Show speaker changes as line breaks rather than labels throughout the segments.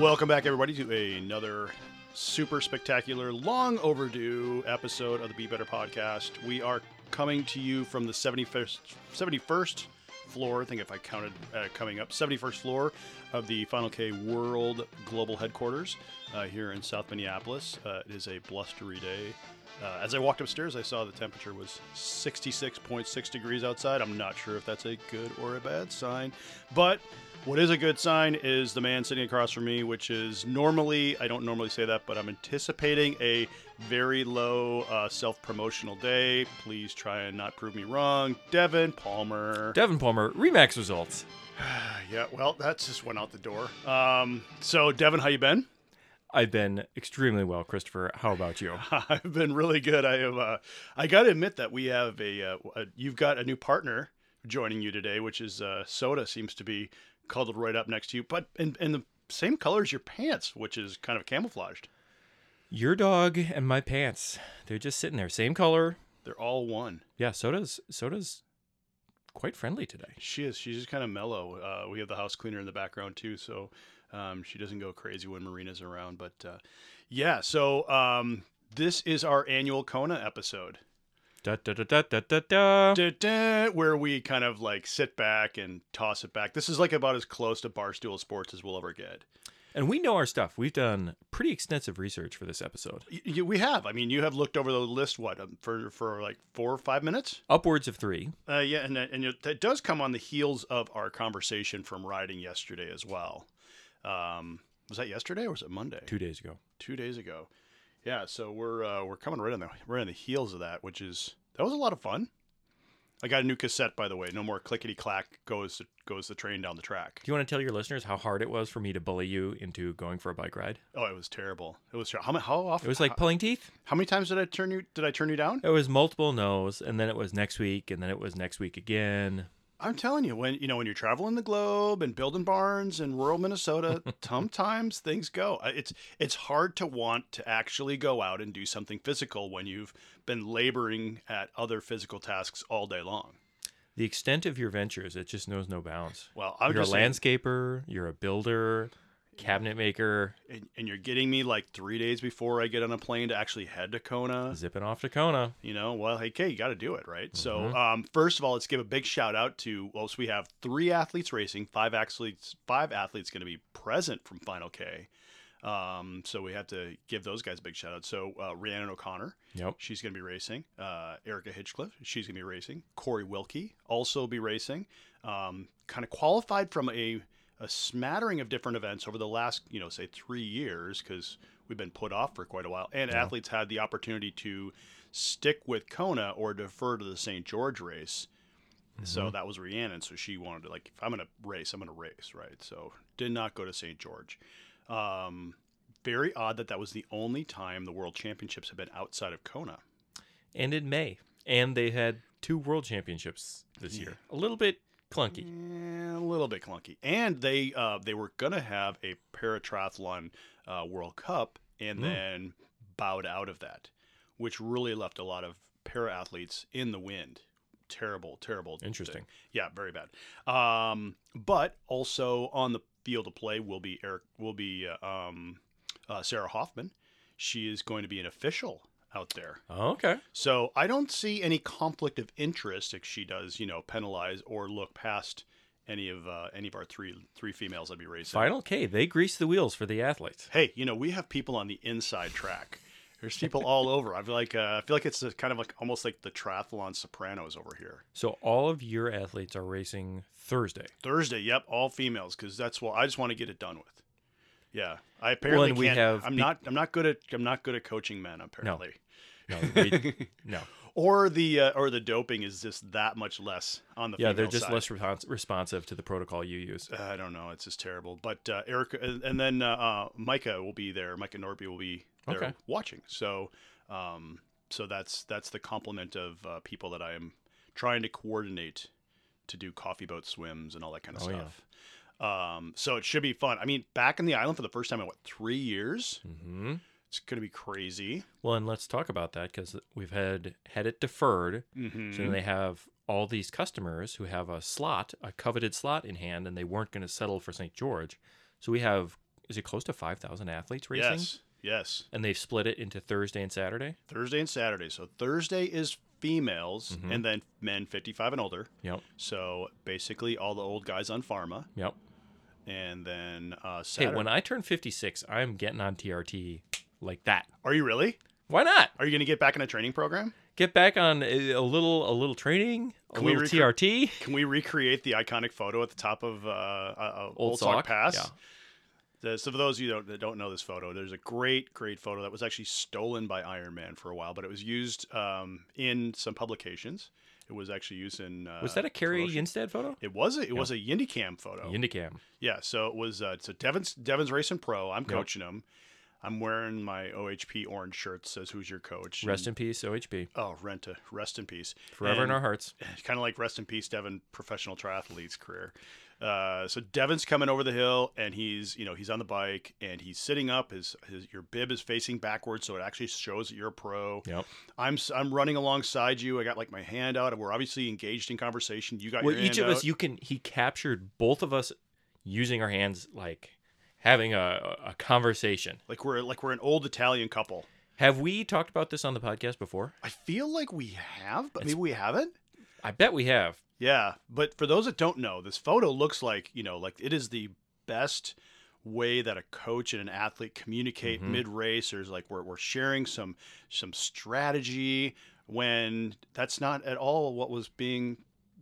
Welcome back, everybody, to another super spectacular, long overdue episode of the Be Better podcast. We are coming to you from the 71st, 71st floor, I think if I counted uh, coming up, 71st floor of the Final K World Global Headquarters uh, here in South Minneapolis. Uh, it is a blustery day. Uh, as I walked upstairs, I saw the temperature was 66.6 degrees outside. I'm not sure if that's a good or a bad sign, but what is a good sign is the man sitting across from me, which is normally, I don't normally say that, but I'm anticipating a very low uh, self promotional day. Please try and not prove me wrong. Devin Palmer.
Devin Palmer, Remax results.
Ah, yeah, well, that just went out the door. Um, so, Devin, how you been?
I've been extremely well, Christopher. How about you?
I've been really good. I have. Uh, I got to admit that we have a, uh, a. You've got a new partner joining you today, which is uh, Soda. Seems to be cuddled right up next to you, but in in the same color as your pants, which is kind of camouflaged.
Your dog and my pants. They're just sitting there, same color.
They're all one.
Yeah, soda's soda's quite friendly today.
She is. She's just kind of mellow. Uh, we have the house cleaner in the background too, so um, she doesn't go crazy when Marina's around. But uh, yeah, so um, this is our annual Kona episode.
Da da da da da da da.
Da-da, where we kind of like sit back and toss it back. This is like about as close to barstool sports as we'll ever get.
And we know our stuff. We've done pretty extensive research for this episode.
Y- y- we have. I mean, you have looked over the list what um, for for like four or five minutes.
Upwards of three.
Uh, yeah, and that- and it, that does come on the heels of our conversation from riding yesterday as well. Um, was that yesterday or was it Monday?
Two days ago.
two days ago. Yeah, so we're uh, we're coming right on the right on the heels of that, which is that was a lot of fun. I got a new cassette, by the way. No more clickety clack goes goes the train down the track.
Do you want to tell your listeners how hard it was for me to bully you into going for a bike ride?
Oh, it was terrible. It was ter- how ma- how often?
It was like pulling teeth.
how many times did I turn you did I turn you down?
It was multiple no's, and then it was next week, and then it was next week again.
I'm telling you, when you know when you're traveling the globe and building barns in rural Minnesota, sometimes things go. Uh, It's it's hard to want to actually go out and do something physical when you've been laboring at other physical tasks all day long.
The extent of your ventures, it just knows no bounds.
Well, I'm
you're a
just saying-
landscaper, you're a builder, cabinet maker,
and, and you're getting me like three days before I get on a plane to actually head to Kona.
zipping off to Kona.
You know, well, hey, Kay, you got to do it, right? So, um, first of all, let's give a big shout out to. Well, so we have three athletes racing, five athletes, five athletes going to be present from Final K. Um, so we have to give those guys a big shout out. So uh, Rhiannon O'Connor,
Yep.
she's going to be racing. Uh, Erica Hitchcliffe, she's going to be racing. Corey Wilkie, also be racing. Um, kind of qualified from a, a smattering of different events over the last, you know, say three years, because we've been put off for quite a while. And athletes had the opportunity to stick with Kona or defer to the St. George race. So that was Rhiannon. So she wanted to, like, if I'm going to race, I'm going to race, right? So did not go to St. George. Um, very odd that that was the only time the world championships have been outside of Kona.
And in May. And they had two world championships this year. A little bit clunky.
Yeah, Eh, a little bit clunky. And they uh, they were gonna have a paratriathlon uh, World Cup, and
Hmm.
then bowed out of that, which really left a lot of para athletes in the wind. Terrible, terrible.
Interesting.
Yeah, very bad. Um, but also on the field of play will be Eric will be uh, um, uh, Sarah Hoffman. She is going to be an official out there.
okay.
So I don't see any conflict of interest if she does, you know, penalize or look past any of uh, any of our three three females I'd be racing.
Final K, they grease the wheels for the athletes.
Hey, you know, we have people on the inside track. There's people all over. I feel like uh, I feel like it's a, kind of like almost like the triathlon Sopranos over here.
So all of your athletes are racing Thursday.
Thursday, yep, all females because that's what I just want to get it done with. Yeah, I apparently
and we
can't.
have
I'm
be-
not. I'm not good at. I'm not good at coaching men. Apparently.
No, we- no.
Or the uh, or the doping is just that much less on the
Yeah, they're
female
just
side. Uh,
less respons- responsive to the protocol you use.
I don't know. It's just terrible. But uh, Eric and and then uh, uh, Micah will be there. Micah Norby will be there
Okay.
watching. So, um, so that's that's the complement of uh, people that I am trying to coordinate to do coffee boat swims and all that kind of
Oh, yeah.
stuff. Um, so it should be fun. I mean, back in the island for the first time in what three years?
hmm
It's gonna be crazy.
Well, and let's talk about that because we've had had it deferred. So
Mm-hmm.
then they have all these customers who have a slot, a coveted slot in hand, and they weren't going to settle for St. George. So we have is it close to 5,000 athletes racing?
Yes. Yes.
And they've split it into Thursday and Saturday.
Thursday and Saturday. So Thursday is females
Mm-hmm.
and then men 55 and older.
Yep.
So basically all the old guys on pharma.
Yep.
And then uh,
Hey,
Saturday.
when I turn 56, I'm getting on TRT like that.
Are you really?
Why not?
Are you going to get back in a training program?
Get back on a a little a little training, a
Can we
little
recre-
TRT.
Can we recreate the iconic photo at the top of uh, uh, uh, Old,
Old
Sock,
Sock,
Pass?
yeah.
The- so for those of you don't, that don't know this photo, there's a great, great photo that was actually stolen by Iron Man for a while, but it was used um, in some publications. It was actually used in. Uh,
Was that a Carrie
promotion- Oh.
Yinstead photo?
It was. A, it was a Yindicam photo.
Yindicam.
yeah. So it was. Uh, so Devin's Devin's racing pro. I'm coaching him. I'm wearing my OHP orange shirt. Says who's your coach?
Rest in peace, OHB.
And- oh, Renta. Rest in peace.
Forever
And-
in our hearts.
kind of like rest in peace, Devin, professional triathlete's career. Uh, so Devin's coming over the hill, and he's you know he's on the bike, and he's sitting up. His, his your bib is facing backwards, so it actually shows that you're a pro.
Yep.
I'm s- I'm running alongside you. I got like my hand out, and we're obviously engaged in conversation. You got
Well,
your
each
hand
of us,
out.
you can. He captured both of us using our hands, like having a, a conversation.
like we're like we're an old Italian couple.
Have we talked about this on the podcast before?
I feel like we have, but maybe we haven't.
I bet we have.
Yeah, but for those that don't know, this photo looks like you know, like it is the best way that a coach and an athlete communicate
Mhm.
mid race. There's like we're we're sharing some some strategy when that's not at all what was being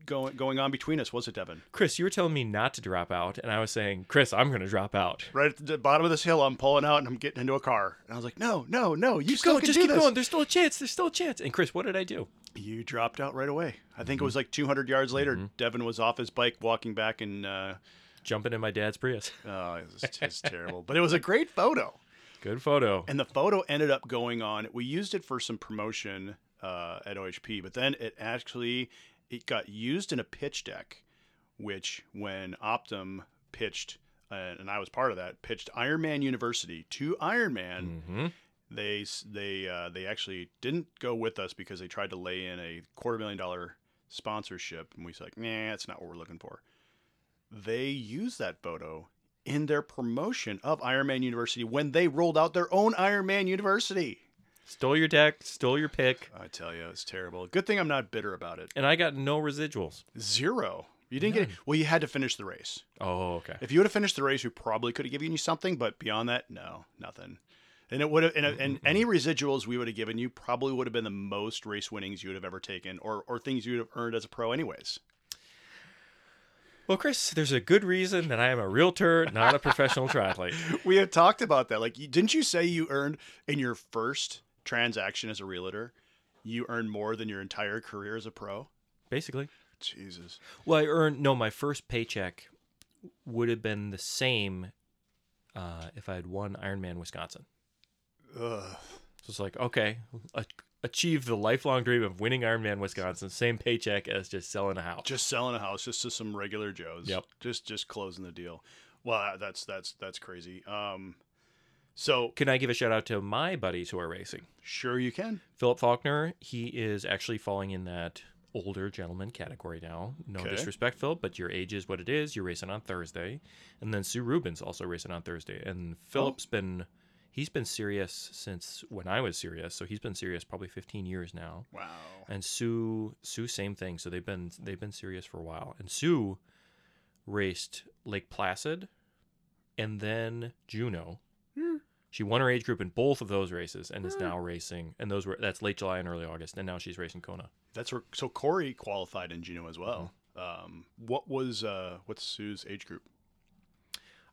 going going on between us, was it, Devin?
Chris, you were telling me not to drop out, and I was saying, Chris, I'm going to drop out.
Right at the bottom of this hill, I'm pulling out and I'm getting into a car, and I was like, no, no, no, you
Go,
still can
just
do
keep
this.
going. There's still a chance. There's still a chance. And Chris, what did I do?
You dropped out right away. I think it was like 200 yards later. Devin was off his bike, walking back, and uh,
Jumping in my dad's Prius.
oh, it's, it's terrible. But it was a great photo.
Good photo.
And the photo ended up going on. We used it for some promotion uh, at OHP, but then it actually it got used in a pitch deck, which when Optum pitched, uh, and I was part of that, pitched Ironman University to Ironman.
Mm-hmm.
They s- they uh, they actually didn't go with us because they tried to lay in a quarter million dollar sponsorship, and we was like, nah, that's not what we're looking for. They used that photo in their promotion of Ironman University when they rolled out their own Ironman University.
Stole your deck, stole your pick,
I tell you, it's terrible. Good thing I'm not bitter about it.
and I got no residuals.
Zero. You didn't get it. Well, you had to finish the race.
Oh, okay.
If you would have finished the race, we probably could have given you something, but beyond that, no, nothing. And it would have, and, and any residuals we would have given you probably would have been the most race winnings you would have ever taken, or or things you would have earned as a pro, anyways.
Well, Chris, there's a good reason that I am a realtor, not a professional triathlete.
We had talked about that. Like, you, didn't you say you earned in your first transaction as a realtor, you earned more than your entire career as a pro?
Basically.
Jesus.
Well, I earned no. My first paycheck would have been the same uh, if I had won Ironman Wisconsin.
Ugh.
So it's like, okay, a- achieve the lifelong dream of winning Ironman Wisconsin, same paycheck as just selling a house.
Just selling a house, just to some regular Joes.
Yep.
Just just closing the deal. Well, that's that's that's crazy. Um, so
Can I give a shout out to my buddies who are racing?
sure you can.
Philip Faulkner, he is actually falling in that older gentleman category now. No
Okay.
disrespect, Phil, but your age is what it is. You're racing on Thursday. And then Sue Rubin's also racing on Thursday. And Philip's been he's been serious since when I was serious. So he's been serious probably 15 years now.
Wow.
And Sue Sue same thing. So they've been they've been serious for a while. And Sue raced Lake Placid and then Juno.
Hmm.
She won her age group in both of those races and is now racing. And those were that's late July and early August. And now she's racing Kona.
That's where so Corey qualified in Juno as well. Um, what was uh, what's Sue's age group?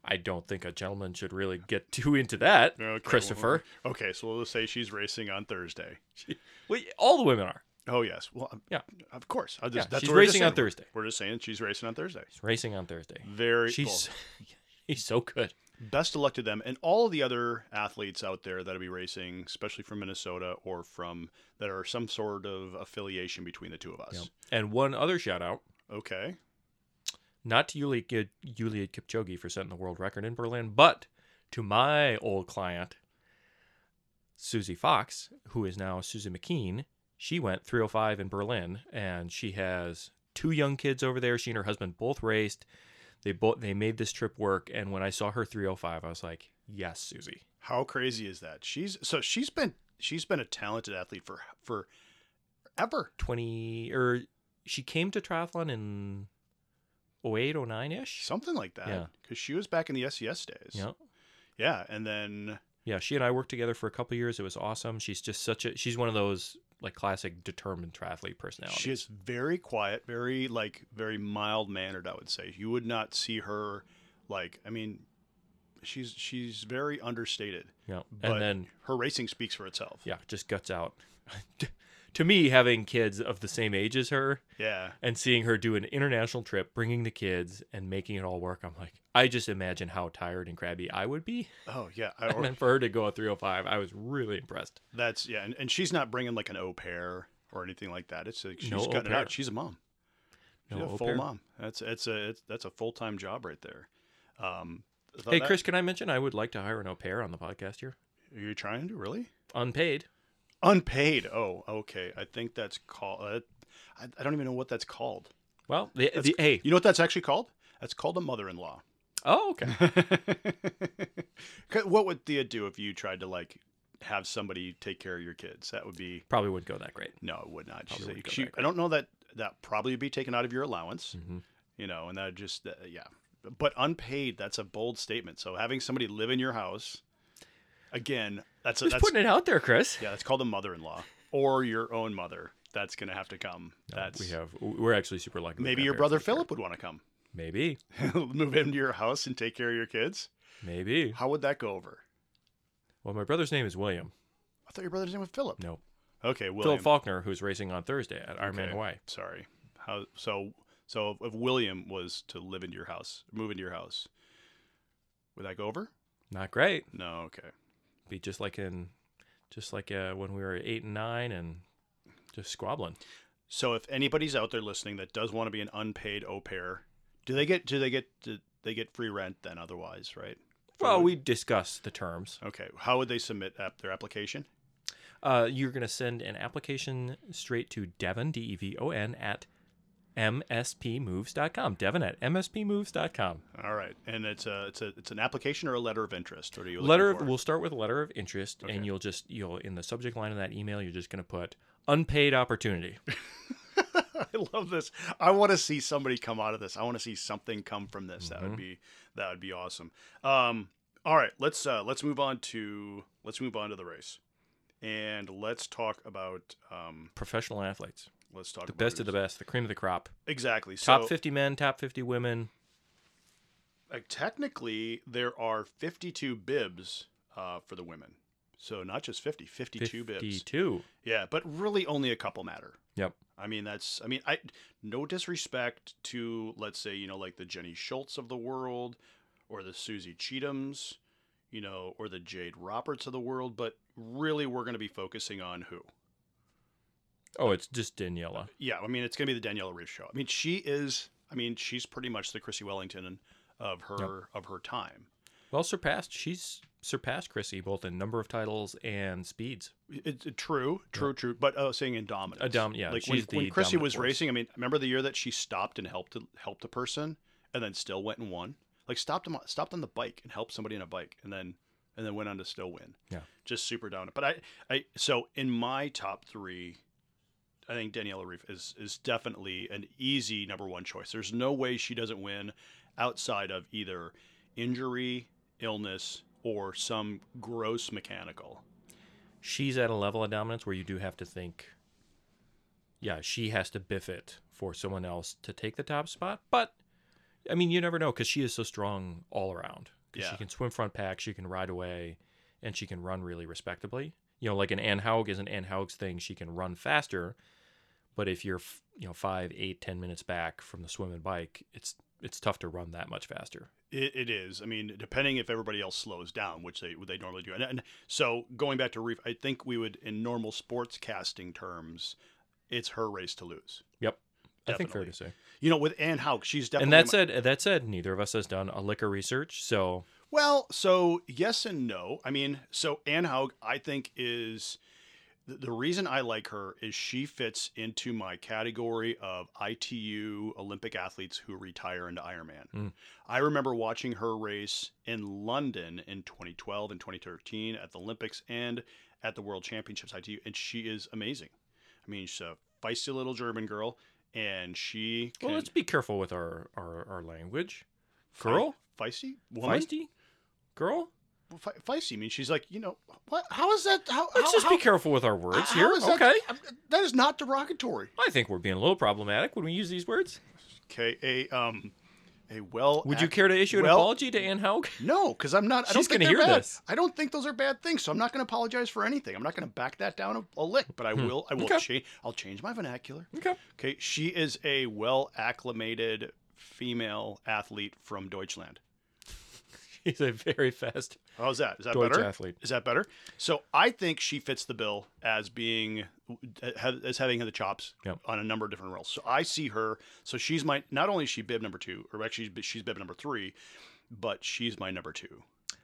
I don't think a gentleman should really get too into that,
Okay,
Christopher.
well, okay, so let's say she's racing on Thursday.
Well, all the women are
Oh yes, well um,
Yeah.
of course. I just,
Yeah,
that's
she's
what we're just
racing on
saying.
Thursday.
We're just saying she's racing on Thursday.
racing on Thursday.
Very cool.
She's she's so good.
best of luck to them and all the other athletes out there that'll be racing, especially from Minnesota or from that are some sort of affiliation between the two of us.
And one other shout out,
Okay.
not to Yulia, Yulia Kipchoge for setting the world record in Berlin, but to my old client, Susie Fox, who is now Susie McKean. She went 305 in Berlin, and she has two young kids over there. She and her husband both raced. They both they made this trip work. And when I saw her 305, I was like, yes, Susie.
How crazy is that? She's so she's been she's been a talented athlete for for ever.
20 or er, she came to triathlon in 08, 09 ish.
Something like that.
Yeah.
Cuz she was back in the SES days.
Yeah.
Yeah, and then
Yeah. She and I worked together for a couple years. It was awesome. She's just such a she's one of those like classic determined triathlete personalities.
she is very quiet, very like very mild mannered, I would say. You would not see her like I mean she's she's very understated.
yeah.
But
And then
her racing speaks for itself.
yeah, just guts out. to me, having kids of the same age as her
Yeah.
and seeing her do an international trip, bringing the kids and making it all work, I'm like, I just imagine how tired and crabby I would be.
Oh yeah. I,
And
or,
then for her to go a 305, I was really impressed.
that's yeah, and, and she's not bringing like an au pair or anything like that. It's like she's
No au
cutting it
pair.
out. She's a mom. She's
au
a full
pair.
mom. That's it's a it's, that's a full time job right there. Um, I thought
Hey,
that-
Chris, can I mention I would like to hire an au pair on the podcast here?
are you trying to really
Unpaid.
unpaid? Oh, okay. I think that's called. Uh, I, I don't even know what that's called.
Well, the,
That's-
the hey,
You know what that's actually called? That's called a mother-in-law.
oh okay.
'Cause what would Thea do if you tried to like have somebody take care of your kids? That would be
Probably wouldn't go that great.
no, it would not. She's
Probably
like-
wouldn't go
she,
back.
I don't know that that probably would be taken out of your allowance.
Mhm.
you know, and that just uh, yeah. But unpaid, that's a bold statement. So having somebody live in your house, again, that's a,
Just
that's
putting it out there, Chris.
yeah, that's called a mother-in-law or your own mother. That's gonna have to come. that's
we have. We're actually super lucky. we've
maybe
got
your
parents
brother
that care.
Philip would want to come
Maybe,
move into your house and take care of your kids.
maybe.
How would that go over?
Well, my brother's name is William.
I thought your brother's name was Philip.
No,
Okay,
Philip
William.
Faulkner, who's racing on Thursday at Ironman
Okay.
Hawaii.
Sorry. How so? So if William was to live into your house, move into your house, would that go over?
Not great.
No. Okay.
Be just like in, just like uh, when we were eight and nine and just squabbling.
So if anybody's out there listening that does want to be an unpaid au pair, do they get do they get do they get free rent then otherwise, right?
Well, we discussed the terms.
Okay. How would they submit app their application?
Uh, you're going to send an application straight to Devon, D E V O N, at mspmoves.com. Devon at mspmoves.com.
All right. And it's a it's a it's an application or a letter of interest. What are you looking
letter of,
for?
we'll start with letter of interest
Okay.
and you'll just you'll in the subject line of that email you're just going to put unpaid opportunity
I love this. I want to see somebody come out of this. I want to see something come from this. That would
Mhm.
be that would be awesome. Um, all right, let's uh, let's move on to let's move on to the race, and let's talk about um,
professional athletes
let's talk
the
about
best of the
who's-
best the cream of the crop
exactly
top
so,
50 men top 50 women
like technically there are 52 bibs uh, for the women so not just 50 52 bibs
52
yeah but really only a couple matter
yep
i mean that's i mean i no disrespect to let's say you know like the jenny schultz of the world or the susie cheethams you know or the jade roberts of the world but really we're going to be focusing on who
oh it's just daniela
yeah i mean it's going to be the daniela reeve show i mean she is i mean she's pretty much the chrissy wellington of her of her time
well surpassed she's surpassed chrissy both in number of titles and speeds
It's it, true, true, true. But uh, saying in dominance,
A dom- yeah,
Like
she's
when, when
the
Chrissy
dominant
was
force.
racing, I mean, remember the year that she stopped and helped helped a person, and then still went and won. Like stopped him, stopped on the bike and helped somebody on a bike, and then and then went on to still win.
Yeah.
just super dominant. But I, I so in my top three, I think Daniela Reef is is definitely an easy number one choice. There's no way she doesn't win outside of either injury, illness, or some gross mechanical.
she's at a level of dominance where you do have to think yeah she has to biff it for someone else to take the top spot but i mean you never know because she is so strong all around 'Cause
Yeah.
she can swim front pack she can ride away and she can run really respectably you know like an ann haug is an ann haug's thing she can run faster but if you're f- you know five eight ten minutes back from the swim and bike it's it's tough to run that much faster
It, it is. I mean, depending if everybody else slows down, which they they normally do. And, and so going back to Reef, I think we would, in normal sports casting terms, it's her race to lose.
yep i think fair
Definitely.
to say
You know, with Anne Hauk, she's definitely.
and that said that said neither of us has done a lick of research so
Well, so yes and no. I mean, so Ann Haug, I think, is the, the reason I like her is she fits into my category of ITU Olympic athletes who retire into Ironman.
Mm.
I remember watching her race in London in 2012 and 2013 at the Olympics and at the World Championships ITU, and she is amazing. I mean, she's a feisty little German girl, and she can
Well, let's be careful with our our, our language.
Fei-
Girl,
feisty woman.
feisty, girl.
Fe- feisty. I mean, she's like you know what? How is that? How,
Let's
how,
just
how-
be careful with our words
how
here.
is that-
Okay.
that is not derogatory.
I think we're being a little problematic when we use these words.
Okay, a um, a well.
Would you
act-
care to issue an
well-
apology to Anne Haug?
No, because I'm not. I don't
She's
think
gonna
they're
hear
bad.
this.
I don't think those are bad things, so I'm not going to apologize for anything. I'm not going to back that down a, a lick, but I will. I will
Hmm. Okay.
change. I'll change my vernacular.
Okay.
Okay, she is a well acclimated female athlete from Deutschland.
She's a very fast
How's that? Is that
Deutsch
better?
athlete.
Is that better? So I think she fits the bill as being as having the chops
Yep.
on a number of different roles. So I see her. So she's my not only is she bib number two, or actually she's, she's bib number three, but she's my number two.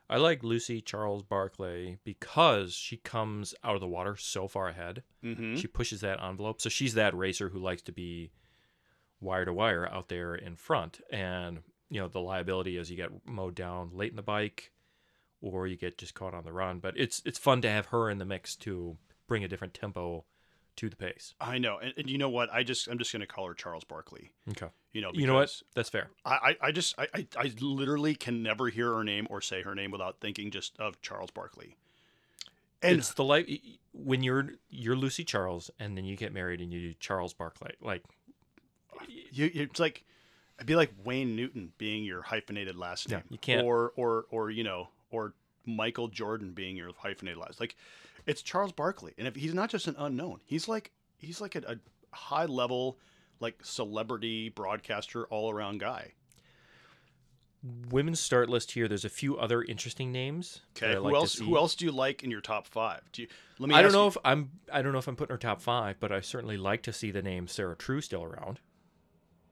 I like Lucy Charles Barclay because she comes out of the water so far ahead.
Mm-hmm.
She pushes that envelope. So she's that racer who likes to be wire to wire out there in front. And, you know, the liability is you get mowed down late in the bike or you get just caught on the run. But it's it's fun to have her in the mix to bring a different tempo to the pace.
I know, and, and you know what? I just I'm just going to call her Charles Barkley.
Okay.
You know,
You know what?
because
That's fair.
I, I I just I, I I literally can never hear her name or say her name without thinking just of Charles Barkley. And
it's the life when you're you're Lucy Charles and then you get married and you do Charles Barclay. Like
You, you- it's like it'd be like Wayne Newton being your hyphenated last
Yeah,
name,
you can't-
or or or you know, or Michael Jordan being your hyphenated last. Like it's Charles Barkley, and if he's not just an unknown, he's like he's like a, a high level like celebrity broadcaster all around guy.
women's start list here. There's a few other interesting names. that
Okay,
I
who
like to
else
see.
who else do you like in your top five? Do you, let me.
I don't
ask
know
you-
if I'm I don't know if I'm putting her top five, but I certainly like to see the name Sarah True still around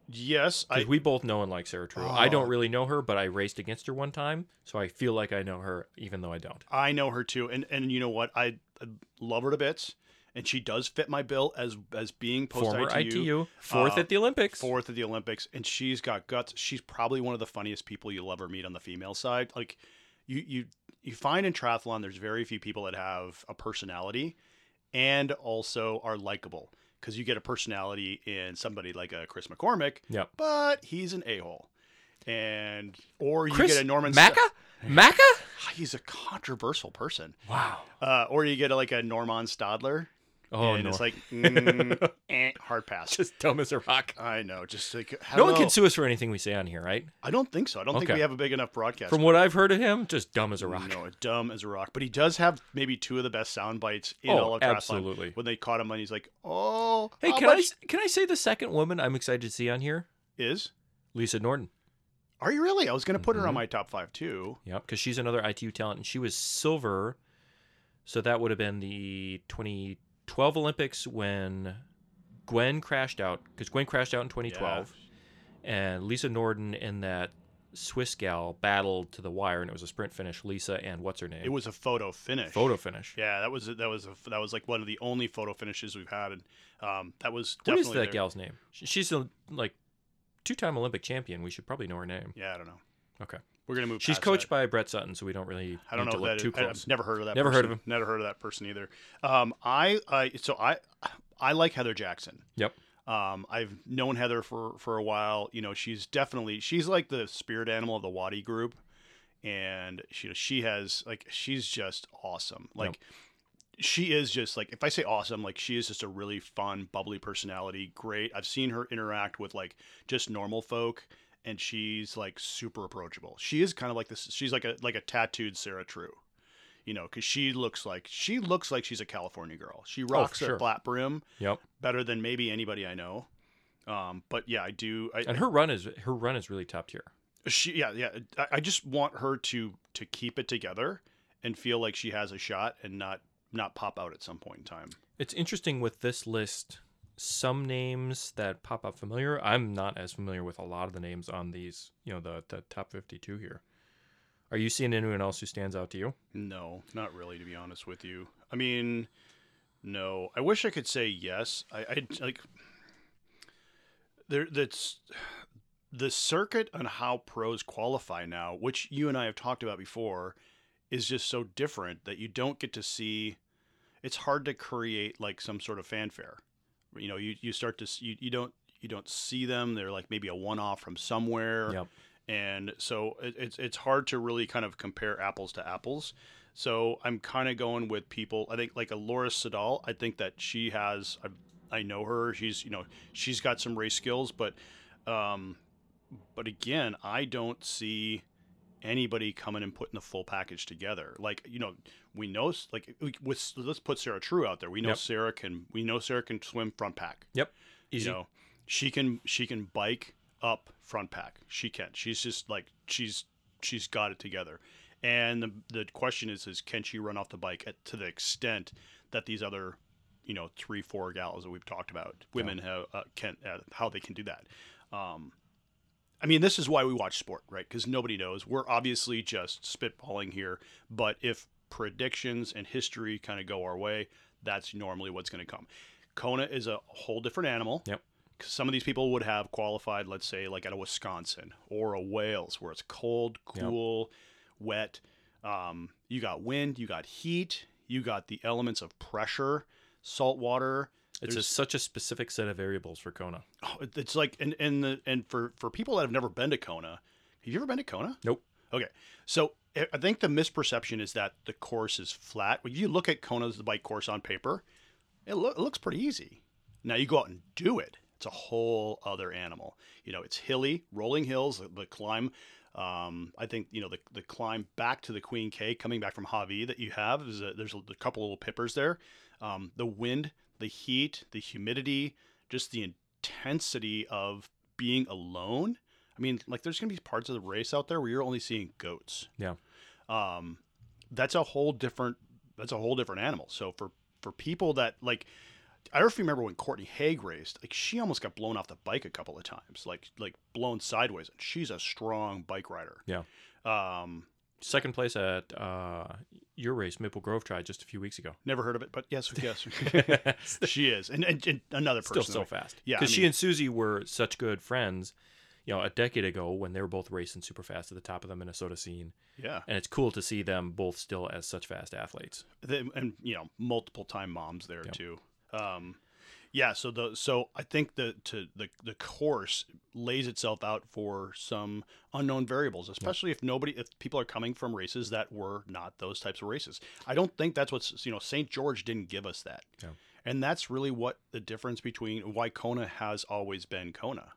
yes, I
because we both know and like Sarah True. I
Oh.
don't really know her, but I raced against her one time, so I feel like I know her even though I don't.
I know her too, and and you know what? I, I love her to bits, and she does fit my bill as as being post
Former ITU, fourth
uh,
at the Olympics.
fourth at the Olympics, and she's got guts. She's probably one of the funniest people you'll ever meet on the female side. Like you you you find in triathlon, there's very few people that have a personality and also are likable because you get a personality in somebody like a Chris McCormick,
Yep.
but he's an a hole, and or you
Chris
get a Norman
Macca. Macca.
St- he's a controversial person,
Wow.
uh, or you get a, like a Norman Stadler,
Oh
and
no.
it's like mm, eh, hard pass.
just dumb as a rock.
I know, just like
No one
hello.
can sue us for anything we say on here, right?
I don't think so. I don't think
Okay.
we have a big enough broadcast.
From what I've heard of him, just dumb as a rock.
no, dumb as a rock. But he does have maybe two of the best sound bites in
Oh,
all of triathlon.
absolutely.
When they caught him, and he's like, "Oh,
Hey,
how
can I
much
s- can I say the second woman I'm excited to see on here?
is?
Lisa Norton.
Are you really? I was going to put her
Mm-hmm.
on my top five too.
Yep, because she's another ITU talent, and she was silver, so that would have been the 2012 Olympics when Gwen crashed out because Gwen crashed out in 2012, and Lisa Norden and that Swiss gal battled to the wire, and it was a sprint finish. Lisa and what's her name?
It was a photo finish.
photo finish.
Yeah, that was that was that was like one of the only photo finishes we've had, and um, that was
What
definitely
is that
their-
gal's name? Sh- She's a like two-time Olympic champion. We should probably know her name.
Yeah, I don't know.
Okay.
We're gonna move.
She's
past
coached
that.
by Brett Sutton, so we don't really
I don't
need
know
to look
if that
too
is- I-
close.
I've never heard of that.
Never heard of
person. Never heard of that person either. Um, I, I so I I like Heather Jackson.
Yep.
Um, I've known Heather for for a while. You know, she's definitely she's like the spirit animal of the Wadi group, and she she has like she's just awesome. Like she is just like if I say awesome, like she is just a really fun, bubbly personality. Great. I've seen her interact with like just normal folk, and she's like super approachable. She is kind of like this. She's like a like a tattooed Sarah True. You know, because she looks like she looks like she's a California girl. She rocks her
sure.
flat brim
Yep.
better than maybe anybody I know. Um, but yeah, I do. I,
And her run is her run is really top tier.
she, yeah, yeah. I, I just want her to to keep it together and feel like she has a shot and not not pop out at some point in time.
It's interesting with this list, some names that pop up familiar. I'm not as familiar with a lot of the names on these, you know, the, the top 52 here. Are you seeing anyone else who stands out to you?
No, not really, to be honest with you. I mean, No, I wish I could say yes. I, I like there. That's the circuit on how pros qualify now, which you and I have talked about before, is just so different that you don't get to see. It's hard to create like some sort of fanfare. You know, you, you start to s- you, you don't you don't see them. They're like maybe a one off from somewhere
Yep.
and so it, it's it's hard to really kind of compare apples to apples. So I'm kind of going with people. I think like a Laura Sedal. I think that she has. I, I know her. She's you know she's got some race skills, but um, but again, I don't see anybody coming and putting the full package together. Like you know, we know s- like we, with let's put Sarah True out there. We know
Yep.
Sarah can we know Sarah can swim front pack.
Easy.
You know, she can she can bike up front pack. She can. She's just like she's she's got it together. And the the question is is can she run off the bike at, to the extent that these other you know three four gals that we've talked about women have, uh, can uh, how they can do that. Um, I mean, this is why we watch sport, right? Because nobody knows. We're obviously just spitballing here, but if predictions and history kind of go our way, that's normally what's going to come. Kona is a whole different animal.
Yep.
'Cause Some of these people would have qualified, let's say, like at a Wisconsin or a Wales, where it's cold,
Yep.
cool, wet. Um, you got wind, you got heat, you got the elements of pressure, salt water.
It's a,
There's-
such a specific set of variables for Kona.
Oh, it- it's like and and the and for for people that have never been to Kona, have you ever been to Kona?
Nope.
Okay, so I I think the misperception is that the course is flat. When you look at Kona's the bike course on paper, it, loo- it looks pretty easy. Now you go out and do it. It's a whole other animal. You know, it's hilly, rolling hills. The, the climb, um, I think you know the, the climb back to the Queen K, coming back from Javi that you have is a, there's a, couple little pippers there. Um, the wind, the heat, the humidity, just the intensity of being alone. I mean, like there's gonna be parts of the race out there where you're only seeing goats.
Yeah.
Um, that's a whole different that's a whole different animal. So for for people that like I don't remember when Courtney Haig raced, like she almost got blown off the bike a couple of times, like like blown sideways. And she's a strong bike rider.
Yeah.
Um,
Second place at uh, your race, Maple Grove tried just a few weeks ago.
never heard of it, but yes, yes,
Still
she is. And, and, and another person.
so fast.
Yeah, I
Because she
mean-
and Susie were such good friends, you know, a decade ago when they were both racing super fast at the top of the Minnesota scene.
yeah.
And it's cool to see them both still as such fast athletes.
the, and you know multiple time moms there
Yeah.
too um yeah so the so i think the to the the course lays itself out for some unknown variables especially if nobody if people are coming from races that were not those types of races i don't think that's what's you know st george didn't give us that
Yeah.
and that's really what the difference between why kona has always been kona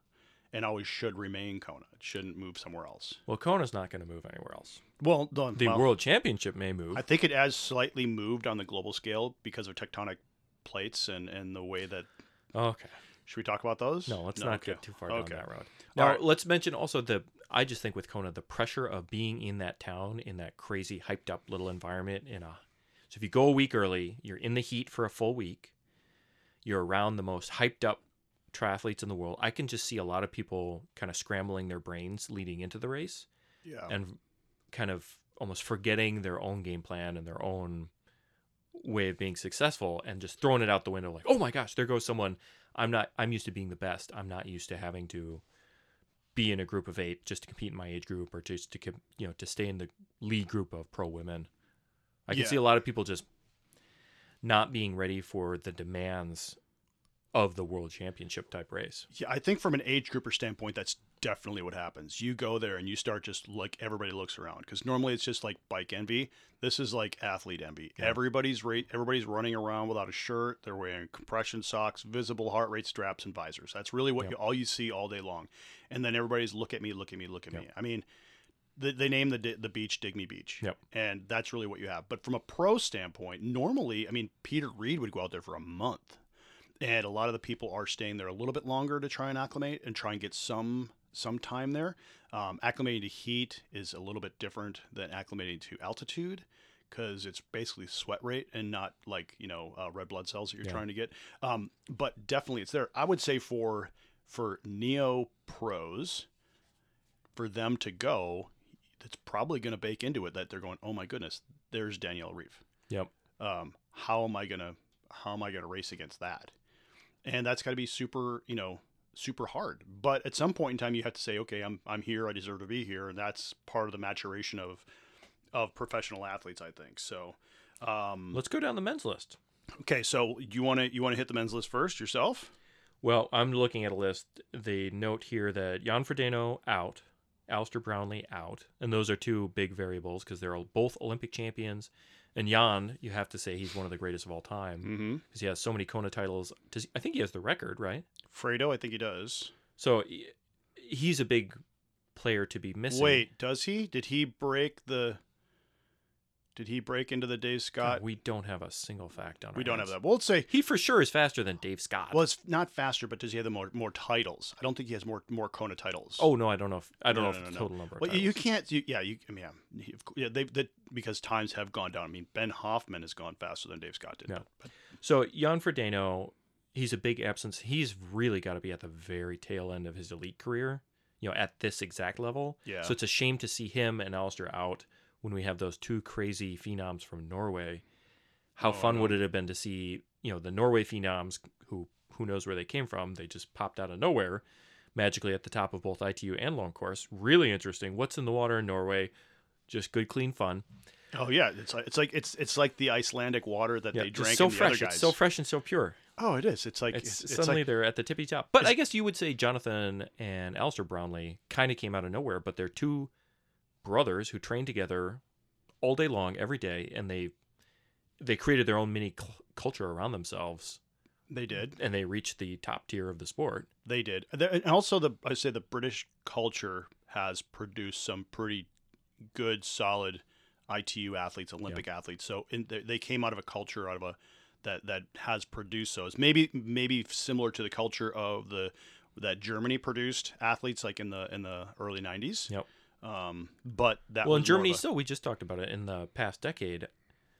and always should remain kona it shouldn't move somewhere else
Well, Kona's not going to move anywhere else.
well
The World Championship may move.
I think it has slightly moved on the global scale because of tectonic plates and, and the way that.
okay.
Should we talk about those?
No, let's not
okay.
get too far down
Okay.
that road. Now,
right.
let's mention also the. I just think with Kona, the pressure of being in that town, in that crazy, hyped up little environment. In a, so if you go a week early, you're in the heat for a full week. You're around the most hyped up triathletes in the world. I can just see a lot of people kind of scrambling their brains leading into the race
Yeah.
and kind of almost forgetting their own game plan and their own way of being successful and just throwing it out the window like oh my gosh there goes someone i'm not i'm used to being the best i'm not used to having to be in a group of eight just to compete in my age group or just to com- you know to stay in the lead group of pro women i can
Yeah.
see a lot of people just not being ready for the demands of the world championship type race
yeah. I think from an age grouper standpoint, that's definitely what happens. You go there and you start just like everybody looks around because normally it's just like bike envy. This is like athlete envy. Everybody's rate, everybody's running around without a shirt. They're wearing compression socks, visible heart rate straps, and visors. That's really what
Yeah.
you, all you see all day long. And then everybody's look at me, look at me, look at me. I mean, they, they name the di- the beach Digny Beach.
Yep.
And that's really what you have. But from a pro standpoint, normally, I mean, Peter Reed would go out there for a month, and a lot of the people are staying there a little bit longer to try and acclimate and try and get some some time there. Um, acclimating to heat is a little bit different than acclimating to altitude because it's basically sweat rate and not like you know uh, red blood cells that you're
Yeah.
trying to get. Um, but definitely, it's there. I would say for for neo pros for them to go, that's probably going to bake into it that they're going, oh my goodness, there's Danielle Reeve.
yep
Um, how am I going to how am I going to race against that? And that's got to be super, you know, super hard. But at some point in time, you have to say, okay, I'm I'm here. I deserve to be here, and that's part of the maturation of of professional athletes, I think. So, um,
Let's go down the men's list.
okay, so you want to you want to hit the men's list first yourself?
Well, I'm looking at a list. They note here that Jan Frodeno out, Alistair Brownlee out, and those are two big variables because they're both Olympic champions. And Jan, you have to say he's one of the greatest of all time
Mm-hmm.
because he has so many Kona titles. Does I think he has the record, right?
Fredo, I think he does.
So he- he's a big player to be missing.
Wait, does he? Did he break the? Did he break into the Dave
God,
Scott?
we don't have a single fact on.
we
our
don't have
hands.
that. Well, let's say
He for sure is faster than Dave Scott.
Well, it's not faster, but does he have the more more titles? I don't think he has more more Kona titles.
oh no, I don't know. If, I don't
No, no,
know if
no,
the
no.
total number. Of
well, you- you
titles.
can't. You, yeah, you. I mean, yeah, he- of cou- yeah. They, they because times have gone down. I mean, Ben Hoffman has gone faster than Dave Scott did.
No. So Jan Frodeno, he's a big absence. He's really got to be at the very tail end of his elite career. You know, at this exact level.
Yeah.
So it's a shame to see him and Alistair out when we have those two crazy phenoms from Norway. How
Oh, I
fun
know.
would it have been to see you know the Norway phenoms who who knows where they came from? They just popped out of nowhere, magically at the top of both ITU and long course. Really interesting. What's in the water in Norway? Just good, clean fun.
Oh yeah, it's like it's like it's it's like the Icelandic water that
Yeah,
they
just
drank.
so
and the
fresh.
Other guys.
It's so fresh and so pure.
oh, it is. It's like
it's,
it's, it's
suddenly
like
they're at the tippy top. But I guess you would say Jonathan and Alistair Brownlee kind of came out of nowhere, but they're two brothers who trained together all day long, every day, and they they created their own mini cl- culture around themselves,
they did.
and they reached the top tier of the sport.
They did. There- And also the I say the British culture has produced some pretty good, solid ITU athletes, Olympic athletes. So in, they they came out of a culture out of a that that has produced those. Maybe maybe similar to the culture of the that Germany produced athletes like in the in the early '90s.
Yep.
Um, but that
well,
was
in Germany,
more of a-
still, we just talked about it in the past decade.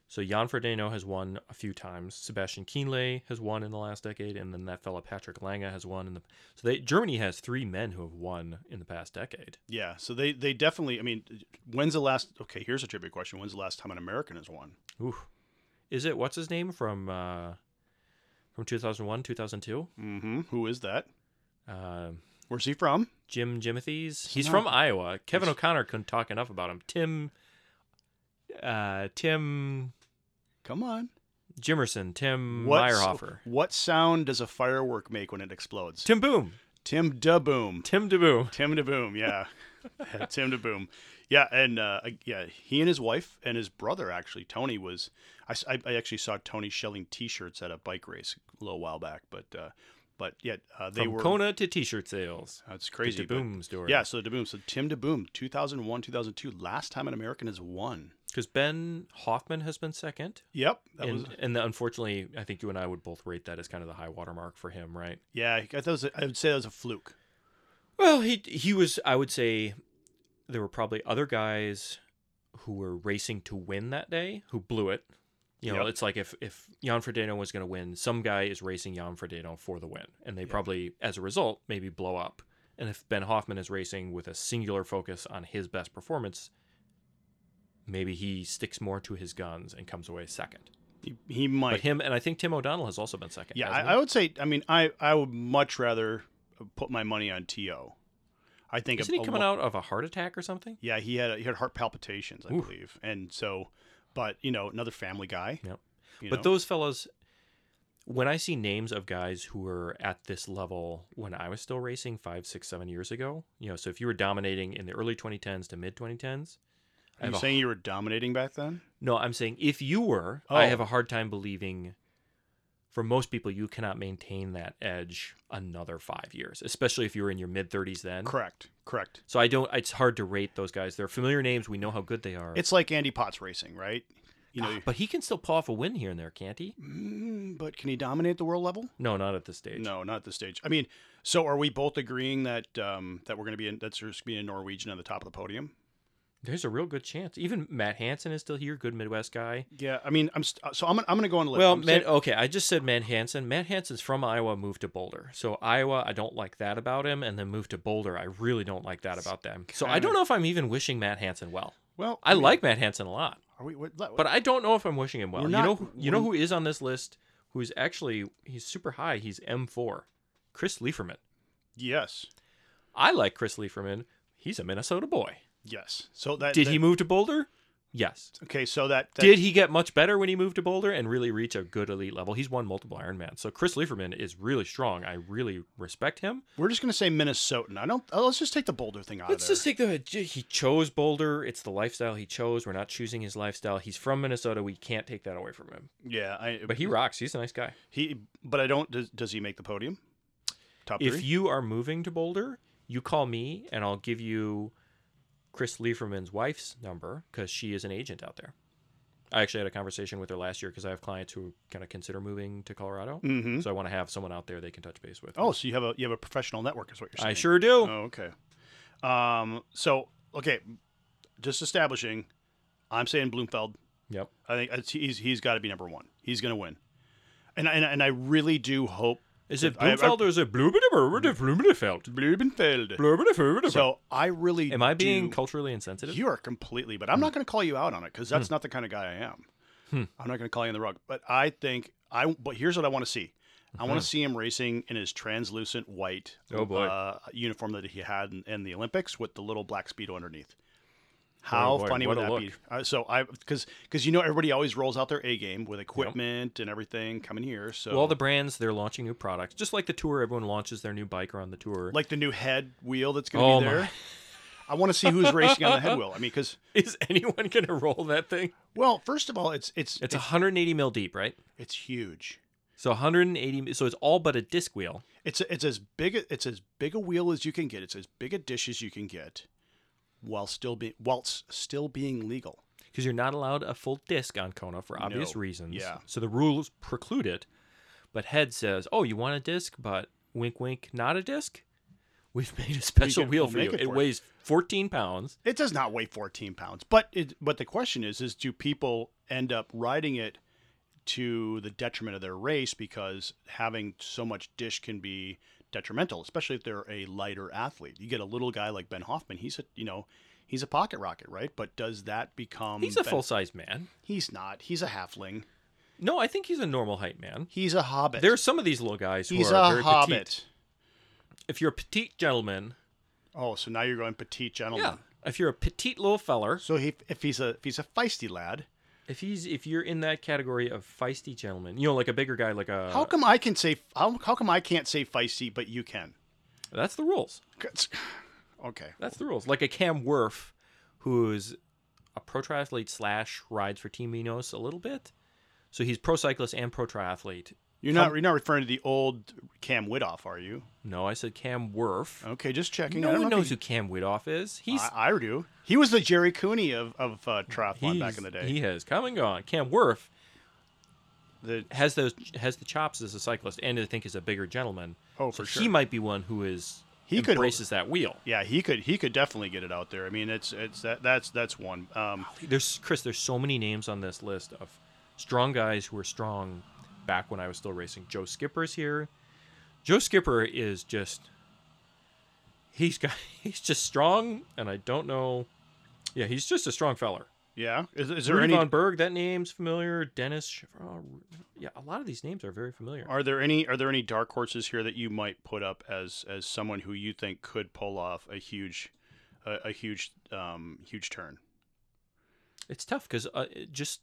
So Jan Frodeno has won a few times. Sebastian Kienle has won in the last decade, and then that fella Patrick Lange has won in the. So they Germany has three men who have won in the past decade.
yeah. So they they definitely. I mean, when's the last? Okay, here's a trivia question. When's the last time an American has won?
Ooh. Is it what's his name from uh from 2001, 2002?
Mm-hmm. Who is that?
Uh,
Where's he from?
Jim Jimothy's. He's
not-
from Iowa. Kevin
He's-
O'Connor couldn't talk enough about him. Tim uh Tim
Come on.
Jimerson, Tim
What s-
Meyerhofer.
What sound does a firework make when it explodes?
Tim Boom.
Tim DeBoom.
Tim DeBoom.
Tim DeBoom, yeah. Tim DeBoom. Yeah, and uh, yeah, he and his wife and his brother actually, Tony was. I, s- I- I actually saw Tony shelling T-shirts at a bike race a little while back, but uh, but yeah, uh, they
From
were.
Kona to t-shirt sales.
That's crazy.
to
but-
DeBoom story.
Yeah, so DeBoom. So Tim DeBoom, 2001, 2002, last time an American has won.
Cuz Ben Hoffman has been second.
Yep, that
And,
was.
and unfortunately, I think you and I would both rate that as kind of the high watermark for him, right?
Yeah, I, that was a, I would say that was a fluke.
Well, he he was. I would say there were probably other guys who were racing to win that day who blew it. You know,
Yep.
it's like if if Jan Frodeno was going to win, some guy is racing Jan Frodeno for the win, and they probably, as a result, maybe blow up. And if Ben Hoffman is racing with a singular focus on his best performance, maybe he sticks more to his guns and comes away second.
He, he might.
But him and I think Tim O'Donnell has also been second.
Yeah,
hasn't
I, I
he?
would say. I mean, I I would much rather put my money on To. I think.
isn't he coming out of a heart attack or something?
Yeah, he had he had heart palpitations, I
Oof.
believe, and so, but you know, another Family Guy.
Yep.
you
But
know.
those fellows, when I see names of guys who were at this level when I was still racing five, six, seven years ago, you know, so if you were dominating in the early 2010s to mid 2010s, I
Are
have
you
a-
saying you were dominating back then?
no, I'm saying if you were, I
Oh.
have a hard time believing. For most people, you cannot maintain that edge another five years, especially if you were in your mid 30s then.
Correct. Correct.
So I don't. It's hard to rate those guys. They're familiar names. We know how good they are.
It's like Andy Potts racing, right? You know,
but he can still paw off a win here and there, can't he?
mm, but can he dominate the world level?
No, not at this stage.
No, not at this stage. I mean, so are we both agreeing that um, that we're going to be in that's just being a Norwegian on the top of the podium?
There's a real good chance. Even Matt Hansen is still here, good Midwest guy.
Yeah, I mean, I'm st- uh, so I'm gonna, I'm going to go on the list.
Well,
I'm
Matt,
saying-
okay, I just said Matt Hansen. Matt Hansen's from Iowa, moved to Boulder. So Iowa, I don't like that about him, and then moved to Boulder. I really don't like that about them. So I don't know if I'm even wishing Matt Hansen well.
well,
I
mean,
like Matt Hansen a lot,
Are we? What,
but I don't know if I'm wishing him well.
We're
You
not-
know, who- you know
we're-
who is on this list who's actually he's super high. He's M4. Chris Lieferman.
Yes.
I like Chris Lieferman. He's a Minnesota boy.
Yes. So that
Did
that-
he move to Boulder? Yes.
Okay, so that, that
Did he get much better when he moved to Boulder and really reach a good elite level? He's won multiple Ironman. So Chris Lieferman is really strong. I really respect him.
we're just gonna say Minnesotan. I don't. oh, let's just take the Boulder thing out.
Let's
of there.
just take the he chose Boulder. It's the lifestyle he chose. We're not choosing his lifestyle. He's from Minnesota. We can't take that away from him. Mm-hmm.
yeah. I,
But he rocks. He's a nice guy.
he. But I don't. Does, does he make the podium? Top
If
three.
you are moving to Boulder, you call me and I'll give you Chris Lieferman's wife's number because she is an agent out there. I actually had a conversation with her last year because I have clients who kind of consider moving to Colorado.
mm-hmm.
So I want to have someone out there they can touch base with.
Oh, so you have a you have a professional network is what you're saying.
I sure do.
Oh, okay. Um. So okay, just establishing. I'm saying Bloomfeld.
Yep.
I think it's- he's he's got to be number one. He's gonna win. And and and I really do hope
Is it
I- I-
Bloomfeld or is it Blumenfeld?
Blumenfeld.
Blumenfeld.
So I really
Am I being
do-
culturally insensitive?
You are completely, but I'm not going to call you out on it because
Hmm.
that's not the kind of guy I am. I'm not going to call you on the rug, but I think I. But here's what I want to see. I want to see him racing in his translucent white
Uh-huh. Oh, boy.
Uh, uniform that he had in, in the Olympics with the little black speedo underneath. How
Oh, boy,
funny
what
would
a
that be?
look.
Uh, so I because because you know everybody always rolls out their A game with equipment and everything coming here. So
Well, all the brands they're launching new products, just like the tour. Everyone launches their new bike or on the tour.
like the new head wheel that's going to
Oh,
be
my.
there. I want to see who's racing on the head wheel. I mean, because
Is anyone gonna roll that thing?
well, first of all, it's it's
It's 180 mil deep, right?
it's huge.
So 180. So it's all but a disc wheel.
It's it's as big a, it's as big a wheel as you can get. It's as big a dish as you can get, while still be whilst still being legal.
because you're not allowed a full disc on Kona for obvious
No.
reasons.
Yeah.
So the rules preclude it. But Head says, "Oh, you want a disc, but wink, wink, not a disc. We've made a special
can-
wheel
we'll
for
make
you.
it
It,
for you."
weighs 14 pounds.
It does not weigh 14 pounds, but it but the question is is do people end up riding it to the detriment of their race because having so much dish can be detrimental, especially if they're a lighter athlete. You get a little guy like Ben Hoffman, he's a you know he's a pocket rocket, right? But does that become
He's a
Ben-
full size man.
He's not. He's a halfling.
No, I think he's a normal height man.
He's a hobbit.
There are some of these little guys who
he's
are
a
very
hobbit.
petite. If you're a petite gentleman,
Oh, so now you're going petite gentleman.
yeah. If you're a petite little feller,
So he, if he's a if he's a feisty lad,
if he's if you're in that category of feisty gentleman, you know, like a bigger guy, like a
how come I can say how, how come I can't say feisty but you can?
that's the rules.
'Cause- Okay.
That's the rules. Like a Cam Werf, who's a pro triathlete slash rides for Team Minos a little bit. So he's pro cyclist and pro triathlete.
You're not you're not referring to the old Cam Widoff, are you?
No, I said Cam Werf.
Okay, just checking. Oh, I
No
don't
one
know if
knows
you-
who Cam Widoff is. He's
I, I do. He was the Jerry Cooney of of uh, triathlon
he's
back in the day.
he has come and gone. Cam Werf
the,
has those has the chops as a cyclist and I think is a bigger gentleman.
oh,
so
for sure.
he might be one who is
He
he
could-
embraces that wheel.
yeah, he could he could definitely get it out there. I mean, it's it's that that's that's one. Um,
There's Chris. There's so many names on this list of strong guys who were strong back when I was still racing. Joe Skipper's here. Joe Skipper is just he's got he's just strong, and I don't know. Yeah, he's just a strong feller.
yeah. Is, is there
Rudy
any
von Berg, that name's familiar. Dennis, Sch- oh, yeah, a lot of these names are very familiar.
Are there any are there any dark horses here that you might put up as as someone who you think could pull off a huge a, a huge um huge turn?
It's tough because uh, it just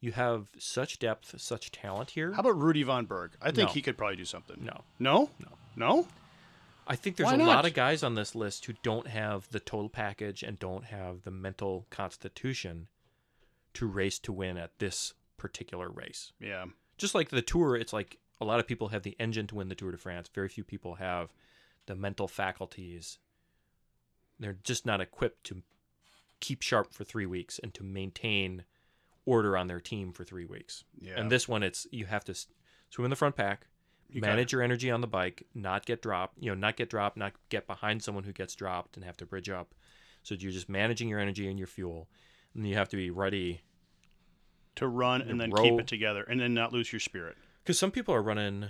you have such depth, such talent here.
How about Rudy von Berg? I think
No.
he could probably do something.
no,
No? No. No?
I think there's
Why
a
not?
lot of guys on this list who don't have the total package and don't have the mental constitution to race to win at this particular race.
Yeah.
Just like the tour, it's like a lot of people have the engine to win the Tour de France. Very few people have the mental faculties. They're just not equipped to keep sharp for three weeks and to maintain order on their team for three weeks.
Yeah.
And this one, it's you have to s- swim in the front pack,
You got
manage your energy on the bike, not get dropped, you know, not get dropped, not get behind someone who gets dropped and have to bridge up. So you're just managing your energy and your fuel. And you have to be ready
to run and then keep
row.
it together and then not lose your spirit.
because some people are running.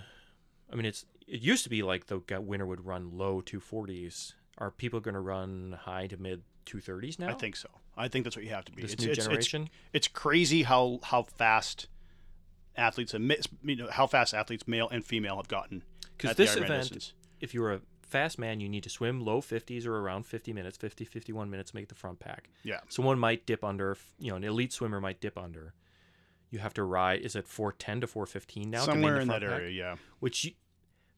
I mean, it's it used to be like the guy- winner would run low 240s. Are people going to run high to mid 230s now?
I think so. I think that's what you have to be.
this
it's,
new
it's, it's-
generation.
It's, crazy how how fast athletes, admit- you know, how fast athletes, male and female, have gotten.
Because
at the
this
Ironman
event,
distance.
if you're a fast man, you need to swim low 50s or around 50 minutes, 50, 51 minutes to make the front pack.
Yeah.
Someone might dip under, f- you know, an elite swimmer might dip under. You have to ride, is it 410 to 415 now? to make
somewhere
the
in that
front pack?
area, yeah.
Which you,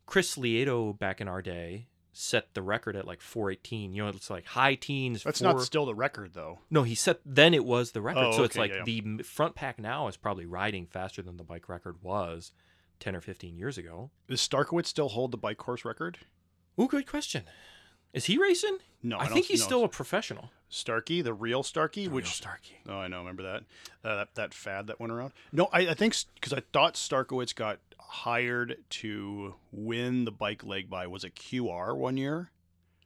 Chris Lieto back in our day set the record at like 418. You know, it's like high teens.
That's
four,
not still the record though.
No, he set, then it was the record.
Oh,
so it's
okay,
like
yeah, yeah.
the m- front pack now is probably riding faster than the bike record was 10 or 15 years ago.
Does Starkowitz still hold the bike course record?
Ooh, good question. Is he racing?
No, I,
I,
don't
think he's
know.
still a professional.
Starkey, the real Starkey, which
Starkey?
oh, I know, remember that uh, that that fad that went around. No, I, I think because I thought Starkowitz got hired to win the bike leg by was it QR one year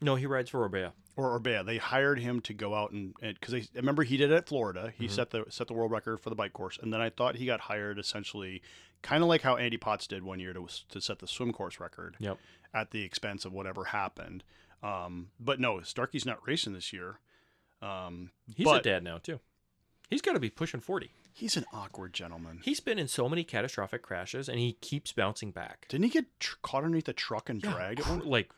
No, he rides for Orbea. or
or Orbea. They hired him to go out and because I remember he did it at Florida. He set the set the world record for the bike course, and then I thought he got hired essentially, kind of like how Andy Potts did one year to to set the swim course record.
Yep.
at the expense of whatever happened. Um, but no, Starkey's not racing this year. Um,
He's
but
a dad now too. He's got to be pushing forty.
he's an awkward gentleman.
He's been in so many catastrophic crashes, and he keeps bouncing back.
Didn't he get tr- caught underneath a truck and
Yeah,
dragged? at
cr-
one-
like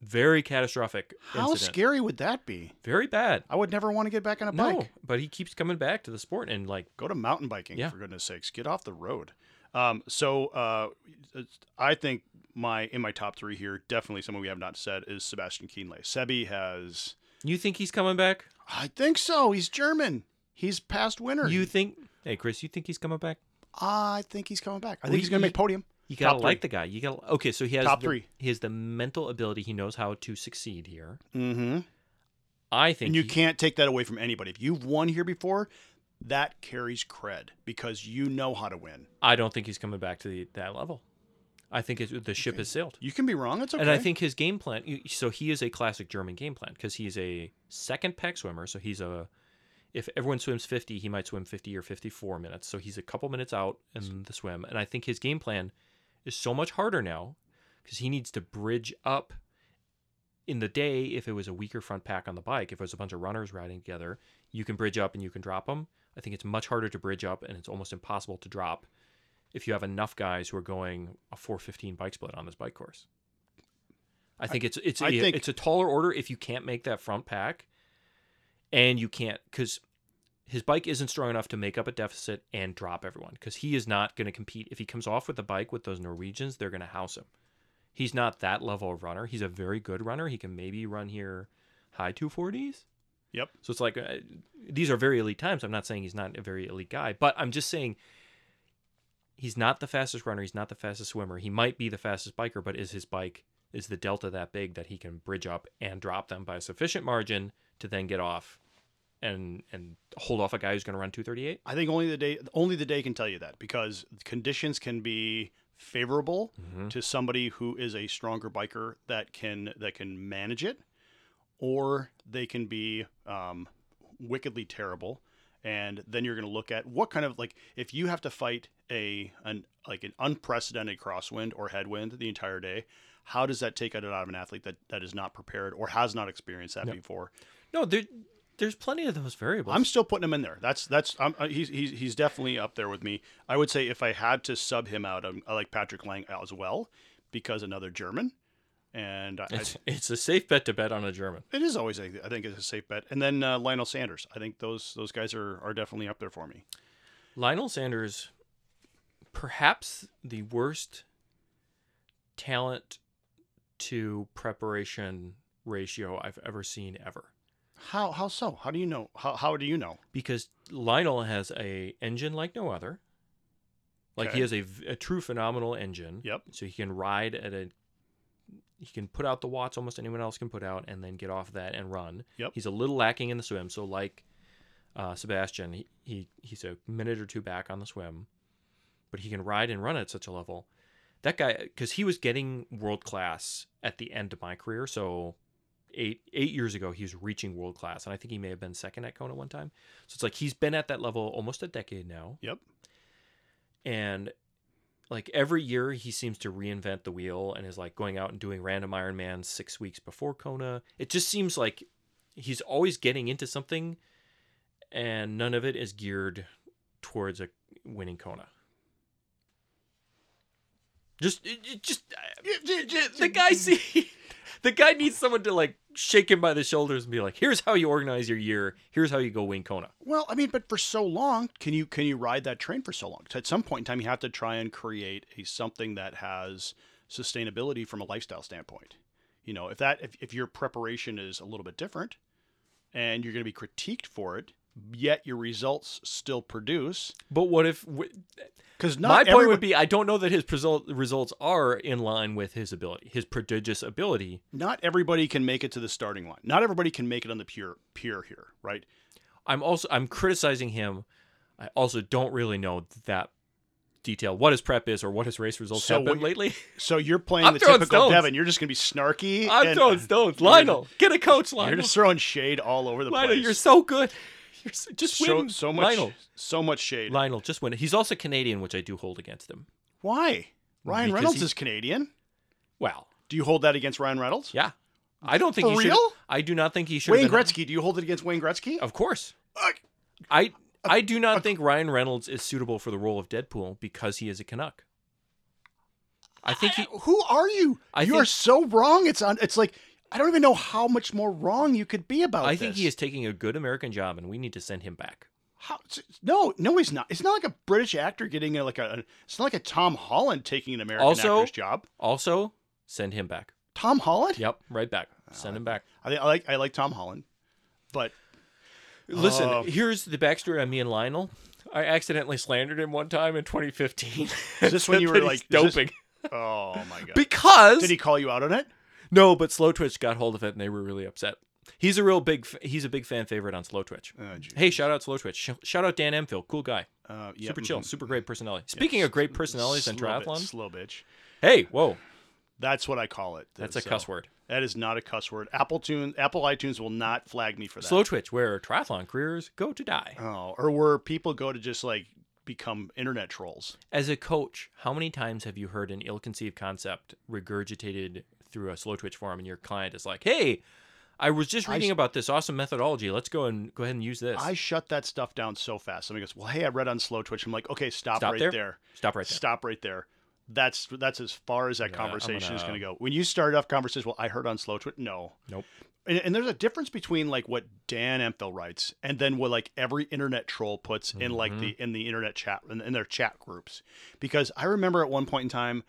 very catastrophic.
How
incident.
scary would that be?
Very bad.
I would never want to get back on a
No,
bike.
but he keeps coming back to the sport, and like
Go to mountain biking
Yeah.
for goodness sakes. Get off the road. Um, so uh, it's- I think my in my top three here, definitely someone we have not said is Sebastian Kienle. Sebi has,
you think he's coming back?
I think so. He's German. He's past winner.
You think? Hey, Chris, you think he's coming back?
I think he's coming back. I
Well,
think he's going to
he-
make podium.
You gotta
Top
like the guy. You gotta okay. So he has
Top
the-
three.
He has the mental ability. He knows how to succeed here.
Mm-hmm.
I think
And you
he-
can't take that away from anybody. If you've won here before, that carries cred because you know how to win.
I don't think he's coming back to the, that level. I think it's, the ship has sailed.
You can be wrong. It's okay.
And I think his game plan. you- So he is a classic German game plan because he's a second pack swimmer. So he's a. If everyone swims 50, he might swim 50 or 54 minutes. So he's a couple minutes out in
Mm.
the swim. And I think his game plan is so much harder now because he needs to bridge up in the day. If it was a weaker front pack on the bike, if it was a bunch of runners riding together, you can bridge up and you can drop them. I think it's much harder to bridge up and it's almost impossible to drop if you have enough guys who are going a 415 bike split on this bike course. I think it's it's
I
a,
think-
it's a taller order if you can't make that front pack and you can't cuz his bike isn't strong enough to make up a deficit and drop everyone cuz he is not going to compete if he comes off with the bike with those Norwegians, they're going to house him. He's not that level of runner. He's a very good runner. He can maybe run here high 240s.
Yep.
So it's like uh, these are very elite times. I'm not saying he's not a very elite guy, but I'm just saying he's not the fastest runner. He's not the fastest swimmer. He might be the fastest biker, but is his bike is the delta that big that he can bridge up and drop them by a sufficient margin to then get off and and hold off a guy who's going to run 238?
I think only the day only the day can tell you that because conditions can be favorable to somebody who is a stronger biker that can that can manage it, or they can be um, wickedly terrible. And then you're going to look at what kind of like if you have to fight a an like an unprecedented crosswind or headwind the entire day, how does that take it out of an athlete that that is not prepared or has not experienced that before?
No, there there's plenty of those variables.
I'm still putting him in there. That's that's I'm, uh, he's, he's he's definitely up there with me. I would say if I had to sub him out, I'm, I like Patrick Lang as well because another German, and I,
it's, it's a safe bet to bet on a German.
it is always I think it's a safe bet. And then uh, Lionel Sanders, I think those those guys are are definitely up there for me.
Lionel Sanders, perhaps the worst talent to preparation ratio I've ever seen ever.
How how so? How do you know? How how do you know?
Because Lionel has a engine like no other. Like
Okay.
he has a, v- a true phenomenal engine.
Yep.
So he can ride at a he can put out the watts almost anyone else can put out and then get off that and run.
Yep.
He's a little lacking in the swim, so like uh, Sebastian, he, he he's a minute or two back on the swim, but he can ride and run at such a level. That guy, because he was getting world class at the end of my career, so eight eight years ago he was reaching world class, and I think he may have been second at Kona one time. So it's like he's been at that level almost a decade now
Yep.
and like every year he seems to reinvent the wheel and is like going out and doing random Ironman six weeks before Kona. It just seems like he's always getting into something, and none of it is geared towards a winning Kona. Just, it- it- just uh, the guy see, the guy needs someone to like shake him by the shoulders and be like, "Here's how you organize your year. Here's how you go win Kona."
Well, I mean, but for so long, can you can you ride that train for so long? At some point in time, you have to try and create a something that has sustainability from a lifestyle standpoint. You know, if that if, if your preparation is a little bit different, and you're going to be critiqued for it, yet your results still produce
But what if w-
because not
my point
everyone-
would be I don't know that his presult, results are in line with his ability, his prodigious ability.
not everybody can make it to the starting line. Not everybody can make it on the pure pure here, right?
I'm also I'm criticizing him. I also don't really know that detail what his prep is or what his race results
So
have been
what-
lately.
So you're playing
I'm
the
throwing
typical
stones.
Devin. You're just going to be snarky.
I'm
and-
throwing stones. Lionel, get a coach,
You're
Lionel.
just throwing shade all over the
Lionel,
place.
you're so good. You're so, just
so
win.
so much
Lionel,
so much shade.
Lionel, just win. He's also Canadian, which I do hold against him.
Why? Ryan
Because
Reynolds
he-
is Canadian.
Well,
Do you hold that against Ryan Reynolds?
yeah, I don't think
For
he
real?
should. I do not think he should.
Wayne
have been,
Gretzky. Do you hold it against Wayne Gretzky?
Of course.
Uh,
I I do not think Ryan Reynolds is suitable for the role of Deadpool because he is a Canuck. I think he
uh, Who are you?
I
you
think-
are so wrong. It's on. It's like I don't even know how much more wrong you could be about.
I think
this.
he is taking a good American job and we need to send him back.
How, s- no, no, he's not. It's not like a British actor getting a, like a. It's not like a Tom Holland taking an American
Also-
actor's job.
Also, send him back.
Tom Holland.
Yep, right back. Send him back.
I, think- I like. I like Tom Holland, but
Listen,
Oh.
here's the backstory on me and Lionel. I accidentally slandered him one time in 2015.
Is this when
Said
you were,
that he's
like, is this-
doping?
oh my god.
Because
Did he call you out on it?
no, but Slow Twitch got hold of it and they were really upset. He's a real big. f- He's a big fan favorite on Slow Twitch.
Oh, gee.
Hey, shout out Slow Twitch. Sh- Shout out Dan Emphil, cool guy.
Uh, yeah, Mm-hmm.
Super
mhm.
chill, super great personality. Speaking of great personalities and
Slow bitch,
triathlon,
slow bitch.
hey, whoa,
That's what I call it.
that's a
So,
cuss word.
That is not a cuss word. Apple tune, Apple iTunes will not flag me for that.
Slow twitch, where triathlon careers go to die.
Oh, or where people go to just like become internet trolls.
As a coach, how many times have you heard an ill-conceived concept regurgitated through a slow twitch forum, and your client is like, "Hey, I was just
I
reading
s-
about this awesome methodology. Let's go and go ahead and use this."
I shut that stuff down so fast. Somebody goes, "Well, hey, I read on Slow Twitch." I'm like, "Okay, stop,
Stop
right
there?
there.
Stop right there.
Stop right there." That's that's as far as that
Yeah, I'm
conversation is
gonna-
going to go. When you start off conversation, well, I heard on Slow Twitch. No,
Nope.
And, and there's a difference between like what Dan Emphill writes and then what like every internet troll puts in
Mm-hmm.
like the in the internet chat in, in their chat groups. Because I remember at one point in time,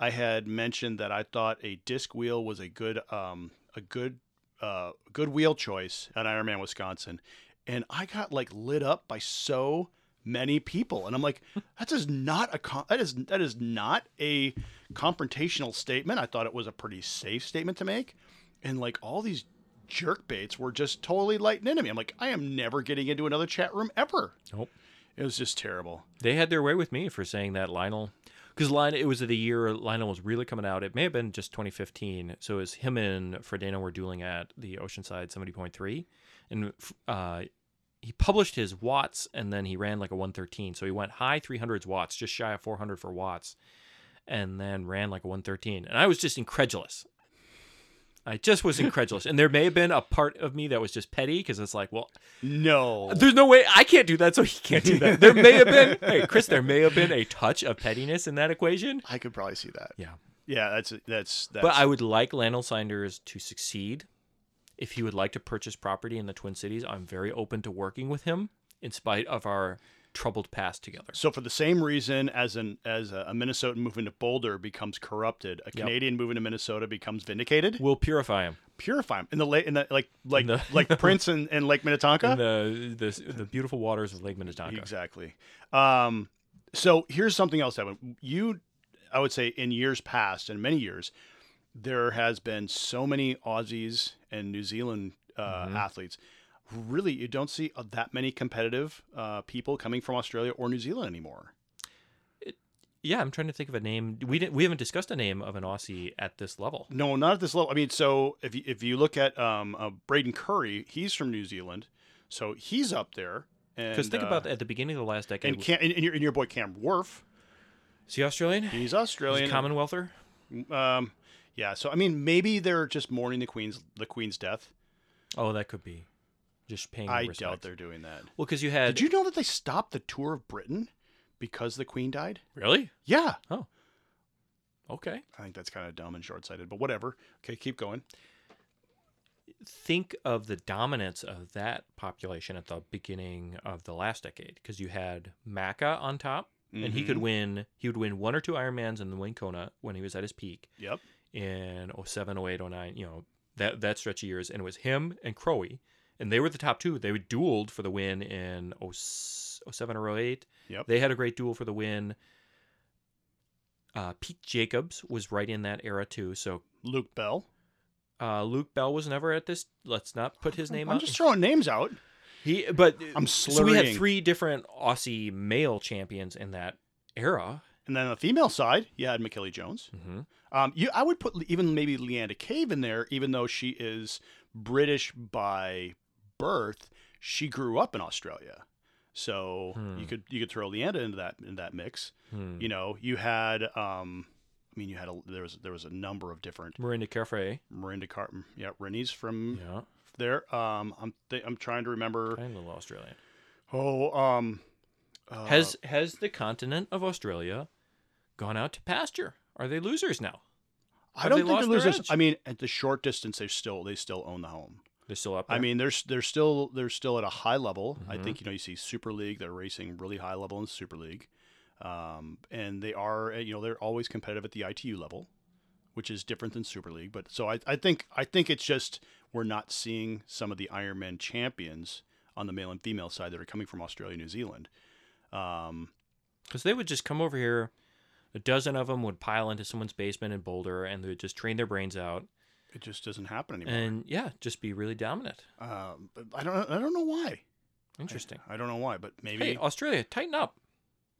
I had mentioned that I thought a disc wheel was a good um a good uh good wheel choice at Ironman Wisconsin, and I got like lit up by so many people, and I'm like, that is not a con- that is that is not a confrontational statement. I thought it was a pretty safe statement to make, and like all these jerkbaits were just totally lighting into me. I'm like, I am never getting into another chat room ever.
Nope.
It was just terrible.
They had their way with me for saying that Lionel, because Lionel it was the year Lionel was really coming out. It may have been just 2015. So it was him and Fredano were dueling at the Oceanside 70.3, and uh, he published his watts, and then he ran like a 113. So he went high 300s watts, just shy of 400 for watts, and then ran like a 113. And I was just incredulous. I just was incredulous, and there may have been a part of me that was just petty because it's like, well,
No.
there's no way I can't do that, so he can't do that. There may have been, hey, Chris, there may have been a touch of pettiness in that equation.
I could probably see that.
Yeah.
Yeah, that's that's that's
But I would like Lionel Sanders to succeed. If he would like to purchase property in the Twin Cities, I'm very open to working with him in spite of our troubled past together.
So for the same reason as an as a, a Minnesotan moving to Boulder becomes corrupted, a Canadian moving to Minnesota becomes vindicated.
We'll purify him.
Purify him in the late in the like like
the-
like Prince and, and Lake Minnetonka.
In the, the, the beautiful waters of Lake Minnetonka.
Exactly. Um, so here's something else, Evan. You, I would say, in years past, and many years, there has been so many Aussies and New Zealand uh,
Mm-hmm.
athletes. Really, you don't see uh, that many competitive uh, people coming from Australia or New Zealand anymore.
Yeah, I'm trying to think of a name. We didn't. We haven't discussed a name of an Aussie at this level.
No, not at this level. I mean, so if you, if you look at um, uh, Braden Curry, he's from New Zealand, so he's up there.
Because
Because
think about at the beginning of the last decade.
uh, and, Cam, and, and your, and your boy Cam Worf,
is he Australian? He's
he's Australian.
a Commonwealther.
Um, yeah. So I mean, maybe they're just mourning the queen's the queen's death.
Oh, that could be. Just paying.
I
respect.
doubt they're doing that.
Well, because you had
Did you know that they stopped the tour of Britain because the queen died?
really
Yeah.
Oh. Okay.
I think that's kind of dumb and short sighted, but whatever. Okay, keep going.
think of the dominance of that population at the beginning of the last decade because you had Maka on top and he could
Mhm.
win he would win one or two Ironmans and win Kona when he was at his peak
Yep.
in 07 08 09 you know that that stretch of years and it was him and Crowe and they were the top two they were dueled for the win in 07 or 08
Yep.
they had a great duel for the win uh, Pete Jacobs was right in that era too so
Luke Bell.
uh, Luke Bell was never at this. Let's not put his name
I'm
out.
just throwing names out.
He, but
I'm
so we had
slurrying.
three different Aussie male champions in that era.
And then on the female side, you had McKillie Jones.
Mm-hmm.
Um, you, I would put even maybe Leanda Cave in there, even though she is British by birth. She grew up in Australia, so
Hmm.
you could you could throw Leanda into that in that mix. You know, you had um, I mean, you had a, there was there was a number of different
Miranda Caffrey.
Miranda Carton, yeah, Rennie's from
Yeah,
there. Um, I'm th- I'm trying to remember.
kind of little Australian.
Oh, um, uh,
has has the continent of Australia gone out to pasture? Are they losers now?
I
have
don't
they
think
lost
they're
their
losers.
edge?
I mean, at the short distance, they still they still own the home.
They're still up. There?
I mean, they're s- they're still they're still at a high level. I
Mhm.
think you know you see Super League. They're racing really high level in Super League, um, and they are uh, you know they're always competitive at the ITU level, which is different than Super League. But so I, I think I think it's just we're not seeing some of the Ironman champions on the male and female side that are coming from Australia, New Zealand. Um,
because they would just come over here. A dozen of them would pile into someone's basement in Boulder, and they would just train their brains out,
it just doesn't happen anymore.
and yeah, just be really dominant.
Um, but I don't I don't know why.
Eh. Interesting.
I don't know why, but maybe
Hey, Australia, tighten up.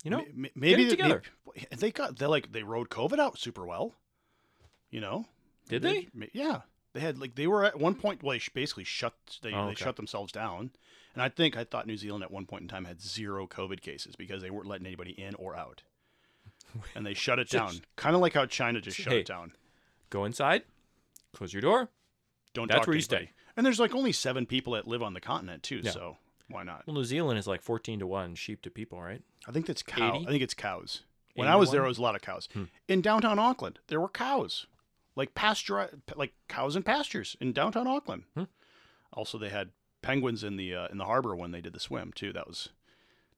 You know,
M- m- maybe
it
they-
together.
They, they got they like they rode COVID out super well. You know,
Did they?
ma- Yeah, they had like they were at one point. Well, they sh- basically shut they,
Oh,
they
okay.
shut themselves down. And I think I thought New Zealand at one point in time had zero COVID cases because they weren't letting anybody in or out, and they shut it down.
Just-
Kind of like how China just shut
Hey.
it down.
go inside, close your door.
Don't
That's
talk
where
to
you
anybody.
stay.
And there's like only seven people that live on the continent too,
Yeah.
so why not?
Well, New Zealand is like 14 to 1 sheep to people, right?
I think that's cow.
80?
I think it's cows. When I was there,
81?
there was a lot of cows.
Hmm.
In downtown Auckland, there were cows, like pasture, like cows and pastures in downtown Auckland.
Hmm.
Also, they had penguins in the uh, in the harbor when they did the swim too. That was,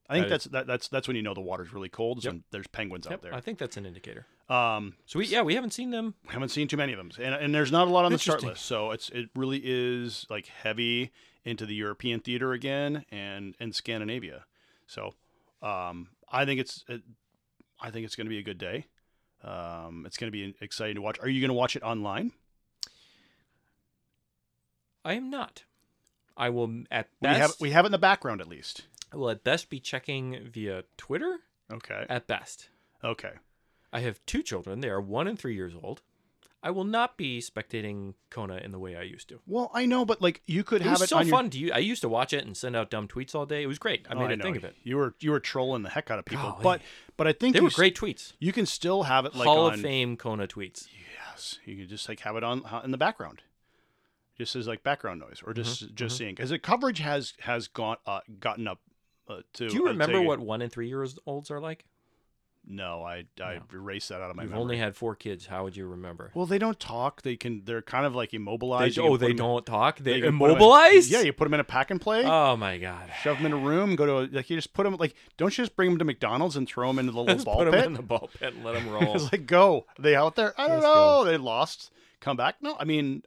I think
That
that's that, that's that's when you know the water's really cold. is
Yep.
when there's penguins
Yep, I
out
think that's an indicator.
there. Um,
So we yeah, we haven't seen them.
haven't seen too many of them, and, and there's not a lot on the start
Interesting.
list. So it's it really is like heavy into the European theater again, and and Scandinavia. So um, I think it's it, I think it's going to be a good day. Um, it's going to be exciting to watch. Are you going to watch it online?
I am not. I will at
We have
best
we have it in the background at least.
I will at best be checking via Twitter
Okay.
at best.
Okay.
I have two children. They are 1 and 3 years old. I will not be spectating Kona in the way I used to.
Well, I know, but like you could
It
have
was
it
so
on your.
fun to you. I used to watch it and send out dumb tweets all day. It was great. I
Oh,
made a
know.
thing of it.
You were you were trolling the heck out of people,
Golly.
but but I think
They
you
were
s-
great tweets.
You can still have it like
Hall
on
of Fame Kona tweets.
Yes, you could just like have it on in the background, just as like background noise, or just
Mm-hmm.
just seeing because the coverage has has gone uh, gotten up uh, to.
Do you
I'd
remember
say-
what 1 and 3 years olds are like?
No, I I erased that out of my
You've
memory.
only had 4 kids. How would you remember?
Well, they don't talk. They can. They're kind of like
They,
immobilized. You can
oh,
put
they
'em-
don't talk. They,
can put 'em in-
immobilize.
yeah, you put them in a pack and play.
Oh my god.
Shove them in a room, go to a, like you just put them like don't you just bring them to McDonald's and throw them into the little
Let's
ball
put 'em
pit?
in the ball pit and let them roll.
It's like, go. Are they out there? I don't
Let's
know.
go.
They lost. Come back. No, I mean,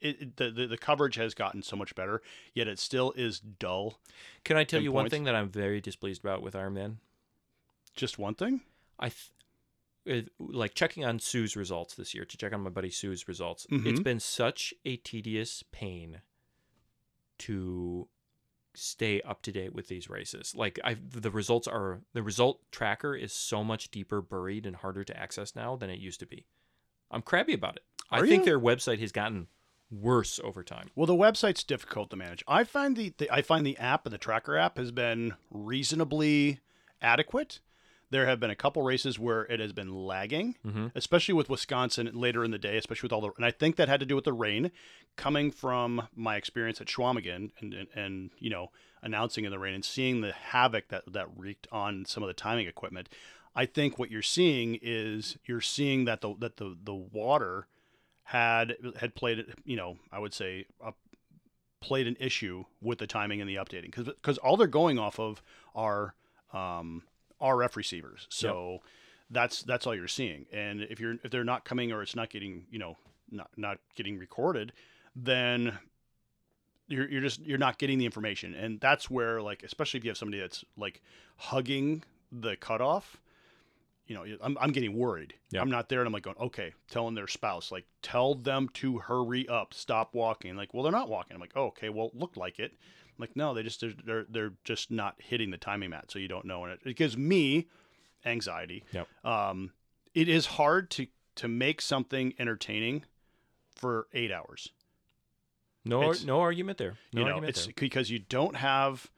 it, it- the, the the coverage has gotten so much better, yet it still is dull.
Can I tell
in
you one
points.
thing that I'm very displeased about with Iron Man?
Just one thing.
I th- it- like checking on Sue's results this year to check on my buddy Sue's results. It's
Mhm.
been such a tedious pain to stay up to date with these races. Like I the results are the result tracker is so much deeper buried and harder to access now than it used to be. I'm crabby about it.
Are
I think
you?
their website has gotten worse over time.
Well, the website's difficult to manage. I find the, the I find the app and the tracker app has been reasonably adequate. There have been a couple races where it has been lagging,
Mhm.
especially with Wisconsin later in the day, especially with all the and I think that had to do with the rain coming from my experience at Schwamigan and and, and you know announcing in the rain and seeing the havoc that that wreaked on some of the timing equipment. I think what you're seeing is you're seeing that the that the the water had had played you know I would say a, played an issue with the timing and the updating because because all they're going off of are um, RF receivers. So that's that's all you're seeing. And if you're if they're not coming or it's not getting you know not not getting recorded, then you're, you're just you're not getting the information and that's where like especially if you have somebody that's like hugging the cutoff you know i'm, I'm getting worried
Yeah.
i'm not there and i'm like going okay telling their spouse like tell them to hurry up stop walking like well they're not walking i'm like oh, okay well it looked like it I'm like no they just they're, they're they're just not hitting the timing mat so you don't know and it, it gives me anxiety
Yep.
um it is hard to to make something entertaining for eight hours
No,
It's-
no argument there. No
you know,
argument
it's
there.
because you don't have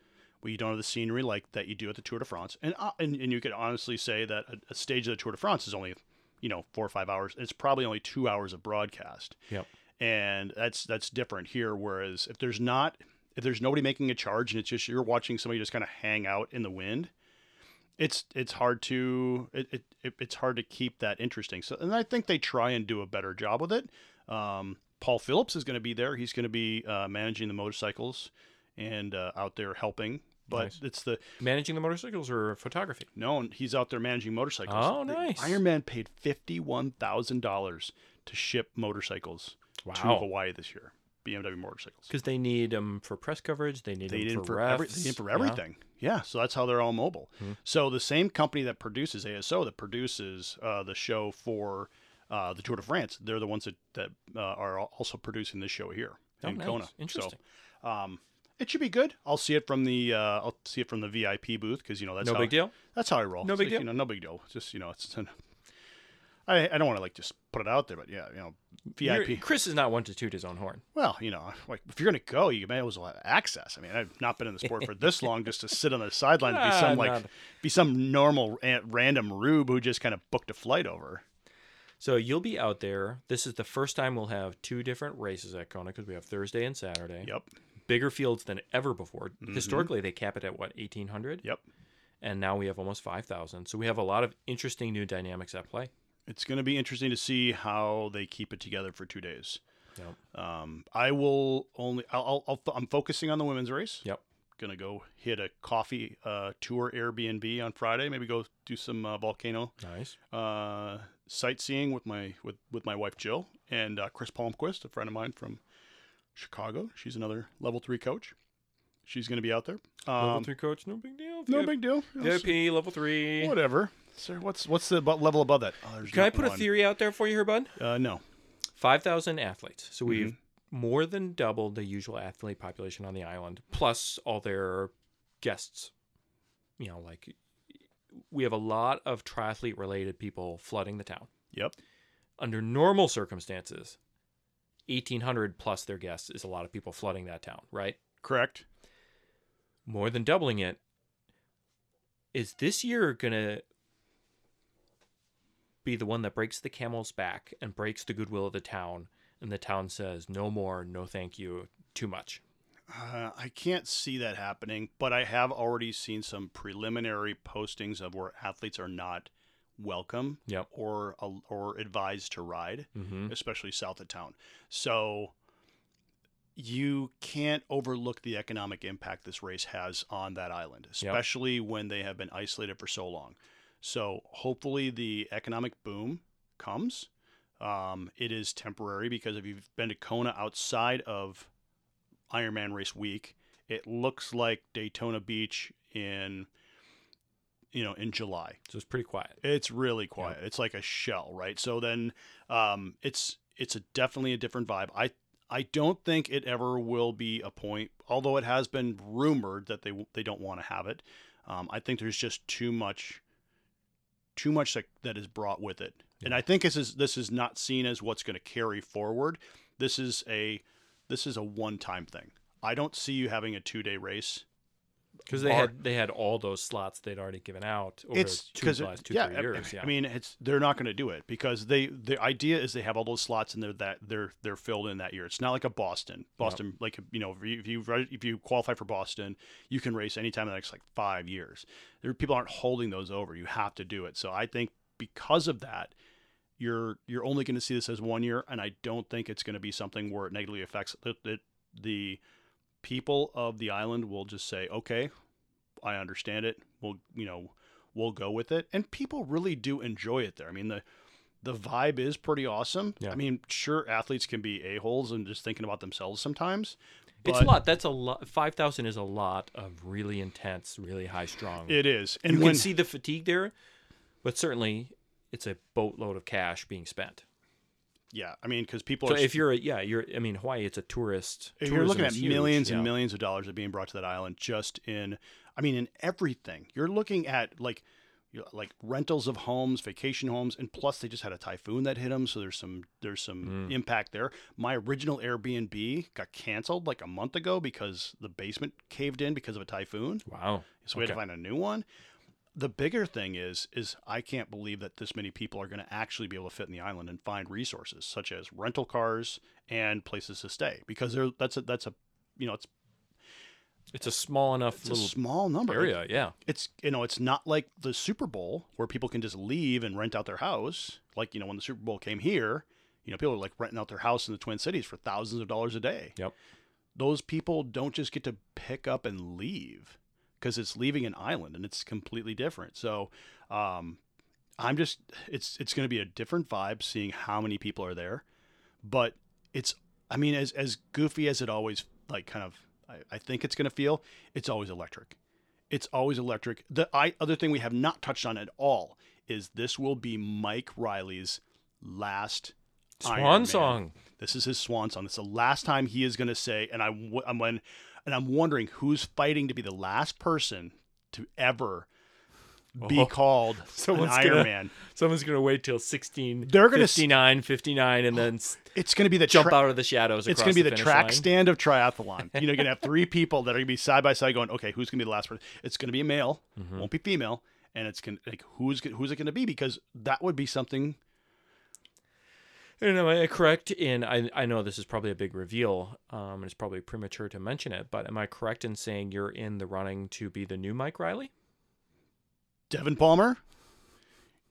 well, you don't have the scenery like that you do at the Tour de France, and uh, and, and you could honestly say that a, a stage of the Tour de France is only you know four or five hours. It's probably only two hours of broadcast.
Yep.
and that's that's different here. Whereas if there's not if there's nobody making a charge and it's just you're watching somebody just kind of hang out in the wind. It's it's hard to it, it, it it's hard to keep that interesting. So and I think they try and do a better job with it. Um, Paul Phillips is going to be there. He's going to be uh, managing the motorcycles and uh, out there helping. But
Nice.
it's the
Managing the motorcycles or photography?
no, and he's out there managing motorcycles.
Oh,
The
nice.
Iron Man paid fifty one thousand dollars to ship motorcycles to Hawaii this year. BMW motorcycles.
Because they need them for press coverage. They need
They
them
did
for,
it for,
refs.
every, they did it for
yeah. Hmm.
everything. Yeah. so that's how they're all mobile. So the same company that produces ASO, that produces uh, the show for uh, the Tour de France, they're the ones that, that uh, are al- also producing this show here
Oh,
in
nice.
Kona.
Interesting.
So um, it should be good. I'll see it from the uh, I'll see it from the VIP booth because you know that's
No
how,
big deal.
That's how I roll.
No
It's
big
like,
deal.
You know, no big deal. It's Just you know, it's. it's an- I, I don't want to like just put it out there, but yeah, you know,
You're-
VIP.
Chris is not one to toot his own horn.
Well, you know, like if you're going to go, you may as well have access. I mean, I've not been in the sport for this long just to sit on the sideline and be
Ah,
some like
not-
be some normal an- random rube who just kind of booked a flight over.
So you'll be out there. This is the first time we'll have two different races at Kona because we have Thursday and Saturday.
Yep, Mm-hmm.
Bigger fields than ever before. Historically, they cap it at what, 1,800?
yep.
And now we have almost 5,000. So we have a lot of interesting new dynamics at play.
It's going to be interesting to see how they keep it together for two days.
Yep.
Um, I will only I'll, I'll, I'll I'm focusing on the women's race.
Yep.
Gonna go hit a coffee uh, tour Airbnb on Friday. Maybe go do some uh, volcano
Nice.
uh, sightseeing with my with, with my wife Jill and uh, Chris Palmquist, a friend of mine from Chicago. She's another level three coach. She's going to be out there.
level
Um,
three coach, no big deal.
no
VIP,
big deal. You know,
VIP, level three.
whatever. Sir, what's what's the bu- level above that? Oh, there's
Can I
not
put a
one.
theory out there for you here, bud?
Uh, no.
5,000 athletes. So we've more than doubled the usual athlete population on the island, plus all their guests. You know, like we have a lot of triathlete related people flooding the town.
Yep.
Under normal circumstances, 1,800 plus their guests is a lot of people flooding that town, right?
Correct.
More than doubling it. Is this year going to be the one that breaks the camel's back and breaks the goodwill of the town? And the town says, no more, no thank you, too much.
Uh, I can't see that happening, but I have already seen some preliminary postings of where athletes are not welcome
Yep.
or or advised to ride.
Mm-hmm.
especially south of town. So you can't overlook the economic impact this race has on that island, especially when they have been isolated for so long. So hopefully the economic boom comes. Um, it is temporary because if you've been to Kona outside of Ironman race week, it looks like Daytona Beach in you know in July.
So it's pretty quiet.
It's really quiet. It's like a shell, right? So then, um, it's it's a definitely a different vibe. I I don't think it ever will be a point, although it has been rumored that they they don't want to have it. Um, I think there's just too much, too much that, that is brought with it, and I think this is this is not seen as what's going to carry forward. This is a this is a one time thing. I don't see you having a two day race
because they
bar-
had they had all those slots they'd already given out over
it's
two
because
the last two
yeah,
three
I-
years. Yeah,
I mean, it's they're not going to do it because they the idea is they have all those slots and they're that they're they're filled in that year. It's not like a Boston. Boston, like you know, if you if you, re- if you qualify for Boston, you can race anytime in the next like five years. There, people aren't holding those over. You have to do it. So I think because of that, you're you're only going to see this as one year, and I don't think it's going to be something where it negatively affects the, the the people of the island. Will just say, okay, I understand it. We'll you know we'll go with it, and people really do enjoy it there. I mean the the vibe is pretty awesome.
Yeah.
I mean, sure, athletes can be a holes and just thinking about themselves sometimes.
it's a
but
lot. That's a lot. Five thousand is a lot of really intense, really high strong.
It is, and
you
when
can see the fatigue there, but certainly it's a boatload of cash being spent.
yeah, I mean because people
So
are
if you're a, yeah, you're I mean Hawaii, it's a tourist.
If you're looking
tourism
at
is huge,
millions and
yeah.
millions of dollars that are being brought to that island just in, I mean, in everything. You're looking at like, you know, like rentals of homes, vacation homes, and plus they just had a typhoon that hit them, so there's some there's
Mm.
some impact there. My original Airbnb got canceled like a month ago because the basement caved in because of a typhoon,
Wow.
so we had to
Okay.
find a new one. The bigger thing is is I can't believe that this many people are going to actually be able to fit in the island and find resources such as rental cars and places to stay because there that's a that's a you know it's
It's a small enough
it's a
little
small number
area. Yeah.
it's you know it's not like the super bowl where people can just leave and rent out their house like you know when the super bowl came here you know people are like renting out their house in the twin cities for thousands of dollars a day
Yep.
those people don't just get to pick up and leave because it's leaving an island and it's completely different so um i'm just it's it's going to be a different vibe seeing how many people are there but it's i mean as as goofy as it always like kind of i, I think it's going to feel it's always electric it's always electric. The I, other thing we have not touched on at all is this will be Mike Riley's last Iron
Swan
Man.
song.
This is his swan song. It's the last time he is going to say, and I'm, w- I'm when, and I'm wondering who's fighting to be the last person to ever be
Oh.
called an
Someone's
Iron
gonna-
Man.
Someone's gonna wait till 16.
They're gonna s-
59, 59, and then s-
It's going to be the
jump
tra-
out of the shadows.
It's
across
going to be
the,
the,
finish
track
line.
stand of triathlon. You know, you're going to have three people that are going to be side by side going, okay, who's going to be the last person? It's going to be a male,
Mm-hmm.
won't be female, and it's going to like who's go- who's it going to be? Because that would be something.
And am I correct in? I, I know this is probably a big reveal, um, and it's probably premature to mention it, but am I correct in saying you're in the running to be the new Mike Riley?
Devin Palmer,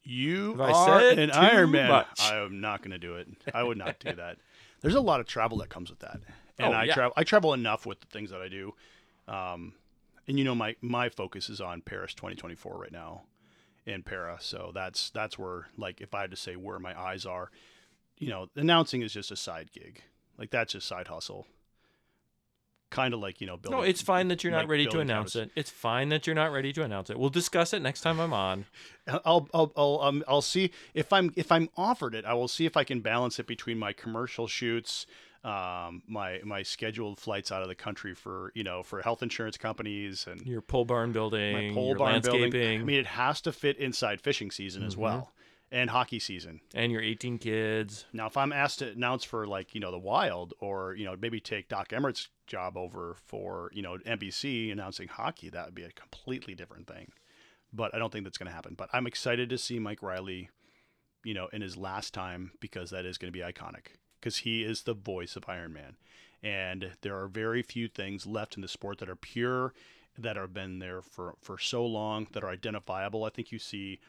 you
Have I
are
said
an
too
Iron Man.
much?
I am not going to do it. I would not do that. There's a lot of travel that comes with that, and
Oh,
I
yeah.
travel. I travel enough with the things that I do, um, and you know my my focus is on Paris 2024 right now, in Para. So that's that's where like if I had to say where my eyes are, you know, announcing is just a side gig. Like that's just side hustle. Kind of like you know building.
No, it's fine that you're not
like
ready to
building
announce
cabinets.
it. It's fine that you're not ready to announce it. We'll discuss it next time I'm on.
I'll I'll I'll, um, I'll see if I'm if I'm offered it. I will see if I can balance it between my commercial shoots, um, my my scheduled flights out of the country for you know for health insurance companies and
Your pole barn building,
my pole
your
barn
landscaping, Mm-hmm.
building. I mean, it has to fit inside fishing season as well and hockey season.
and your 18 kids.
Now, if I'm asked to announce for like you know the Wild or you know maybe take Doc Emmert's job over for you know NBC announcing hockey, that would be a completely different thing. But I don't think that's going to happen. But I'm excited to see Mike Riley, you know, in his last time because that is going to be iconic because he is the voice of Iron Man, and there are very few things left in the sport that are pure, that have been there for for so long, that are identifiable. I think you see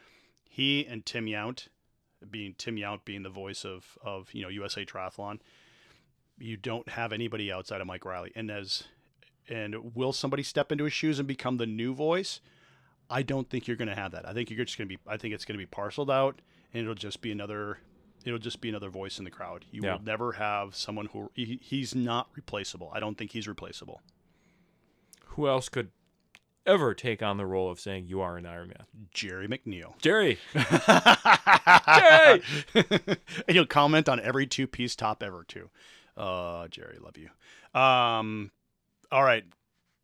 he and Tim Yount being Tim Yount being the voice of of you know USA Triathlon, you don't have anybody outside of Mike Riley. And as and will somebody step into his shoes and become the new voice? I don't think you're going to have that. I think you're just going to be. I think it's going to be parceled out, and it'll just be another. It'll just be another voice in the crowd. You
Yeah.
will never have someone who he, he's not replaceable. I don't think he's replaceable.
Who else could ever take on the role of saying you are an Iron Man?
Jerry McNeil.
Jerry,
Jerry! and you'll comment on every two piece top ever too. Uh, Jerry, love you. Um, all right.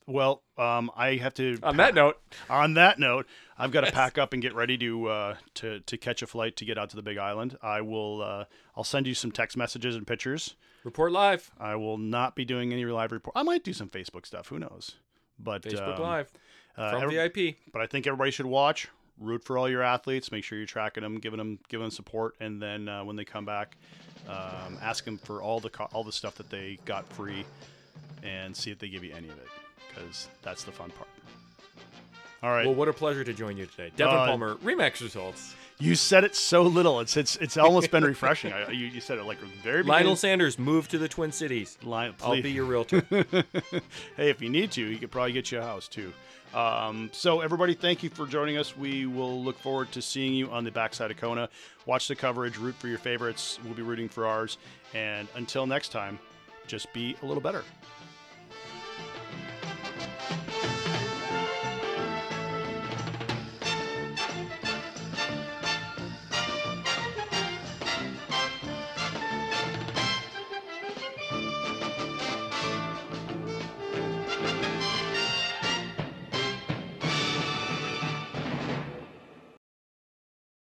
Well, um, I have to.
on that note,
on that note, I've got to pack up and get ready to uh, to to catch a flight to get out to the Big Island. I will. Uh, I'll send you some text messages and pictures.
report live,
I will not be doing any live report. I might do some Facebook stuff. Who knows? But
Facebook
um,
Live.
Uh,
from
every-
VIP.
but I think everybody should watch. Root for all your athletes. Make sure you're tracking them, giving them, giving them support, and then uh, when they come back, um, ask them for all the co- all the stuff that they got free, and see if they give you any of it, because that's the fun part. All right,
Well, what a pleasure to join you today, Devin
Uh,
Palmer. Remax results.
you said it so little. It's it's it's almost been refreshing. I, you, you said it like very
Lionel Sanders moved to the Twin Cities.
Lion,
I'll be your realtor.
hey, if you need to, you could probably get you a house too. Um, so, everybody, thank you for joining us. We will look forward to seeing you on the backside of Kona. Watch the coverage, root for your favorites. We'll be rooting for ours. And until next time, just be a little better.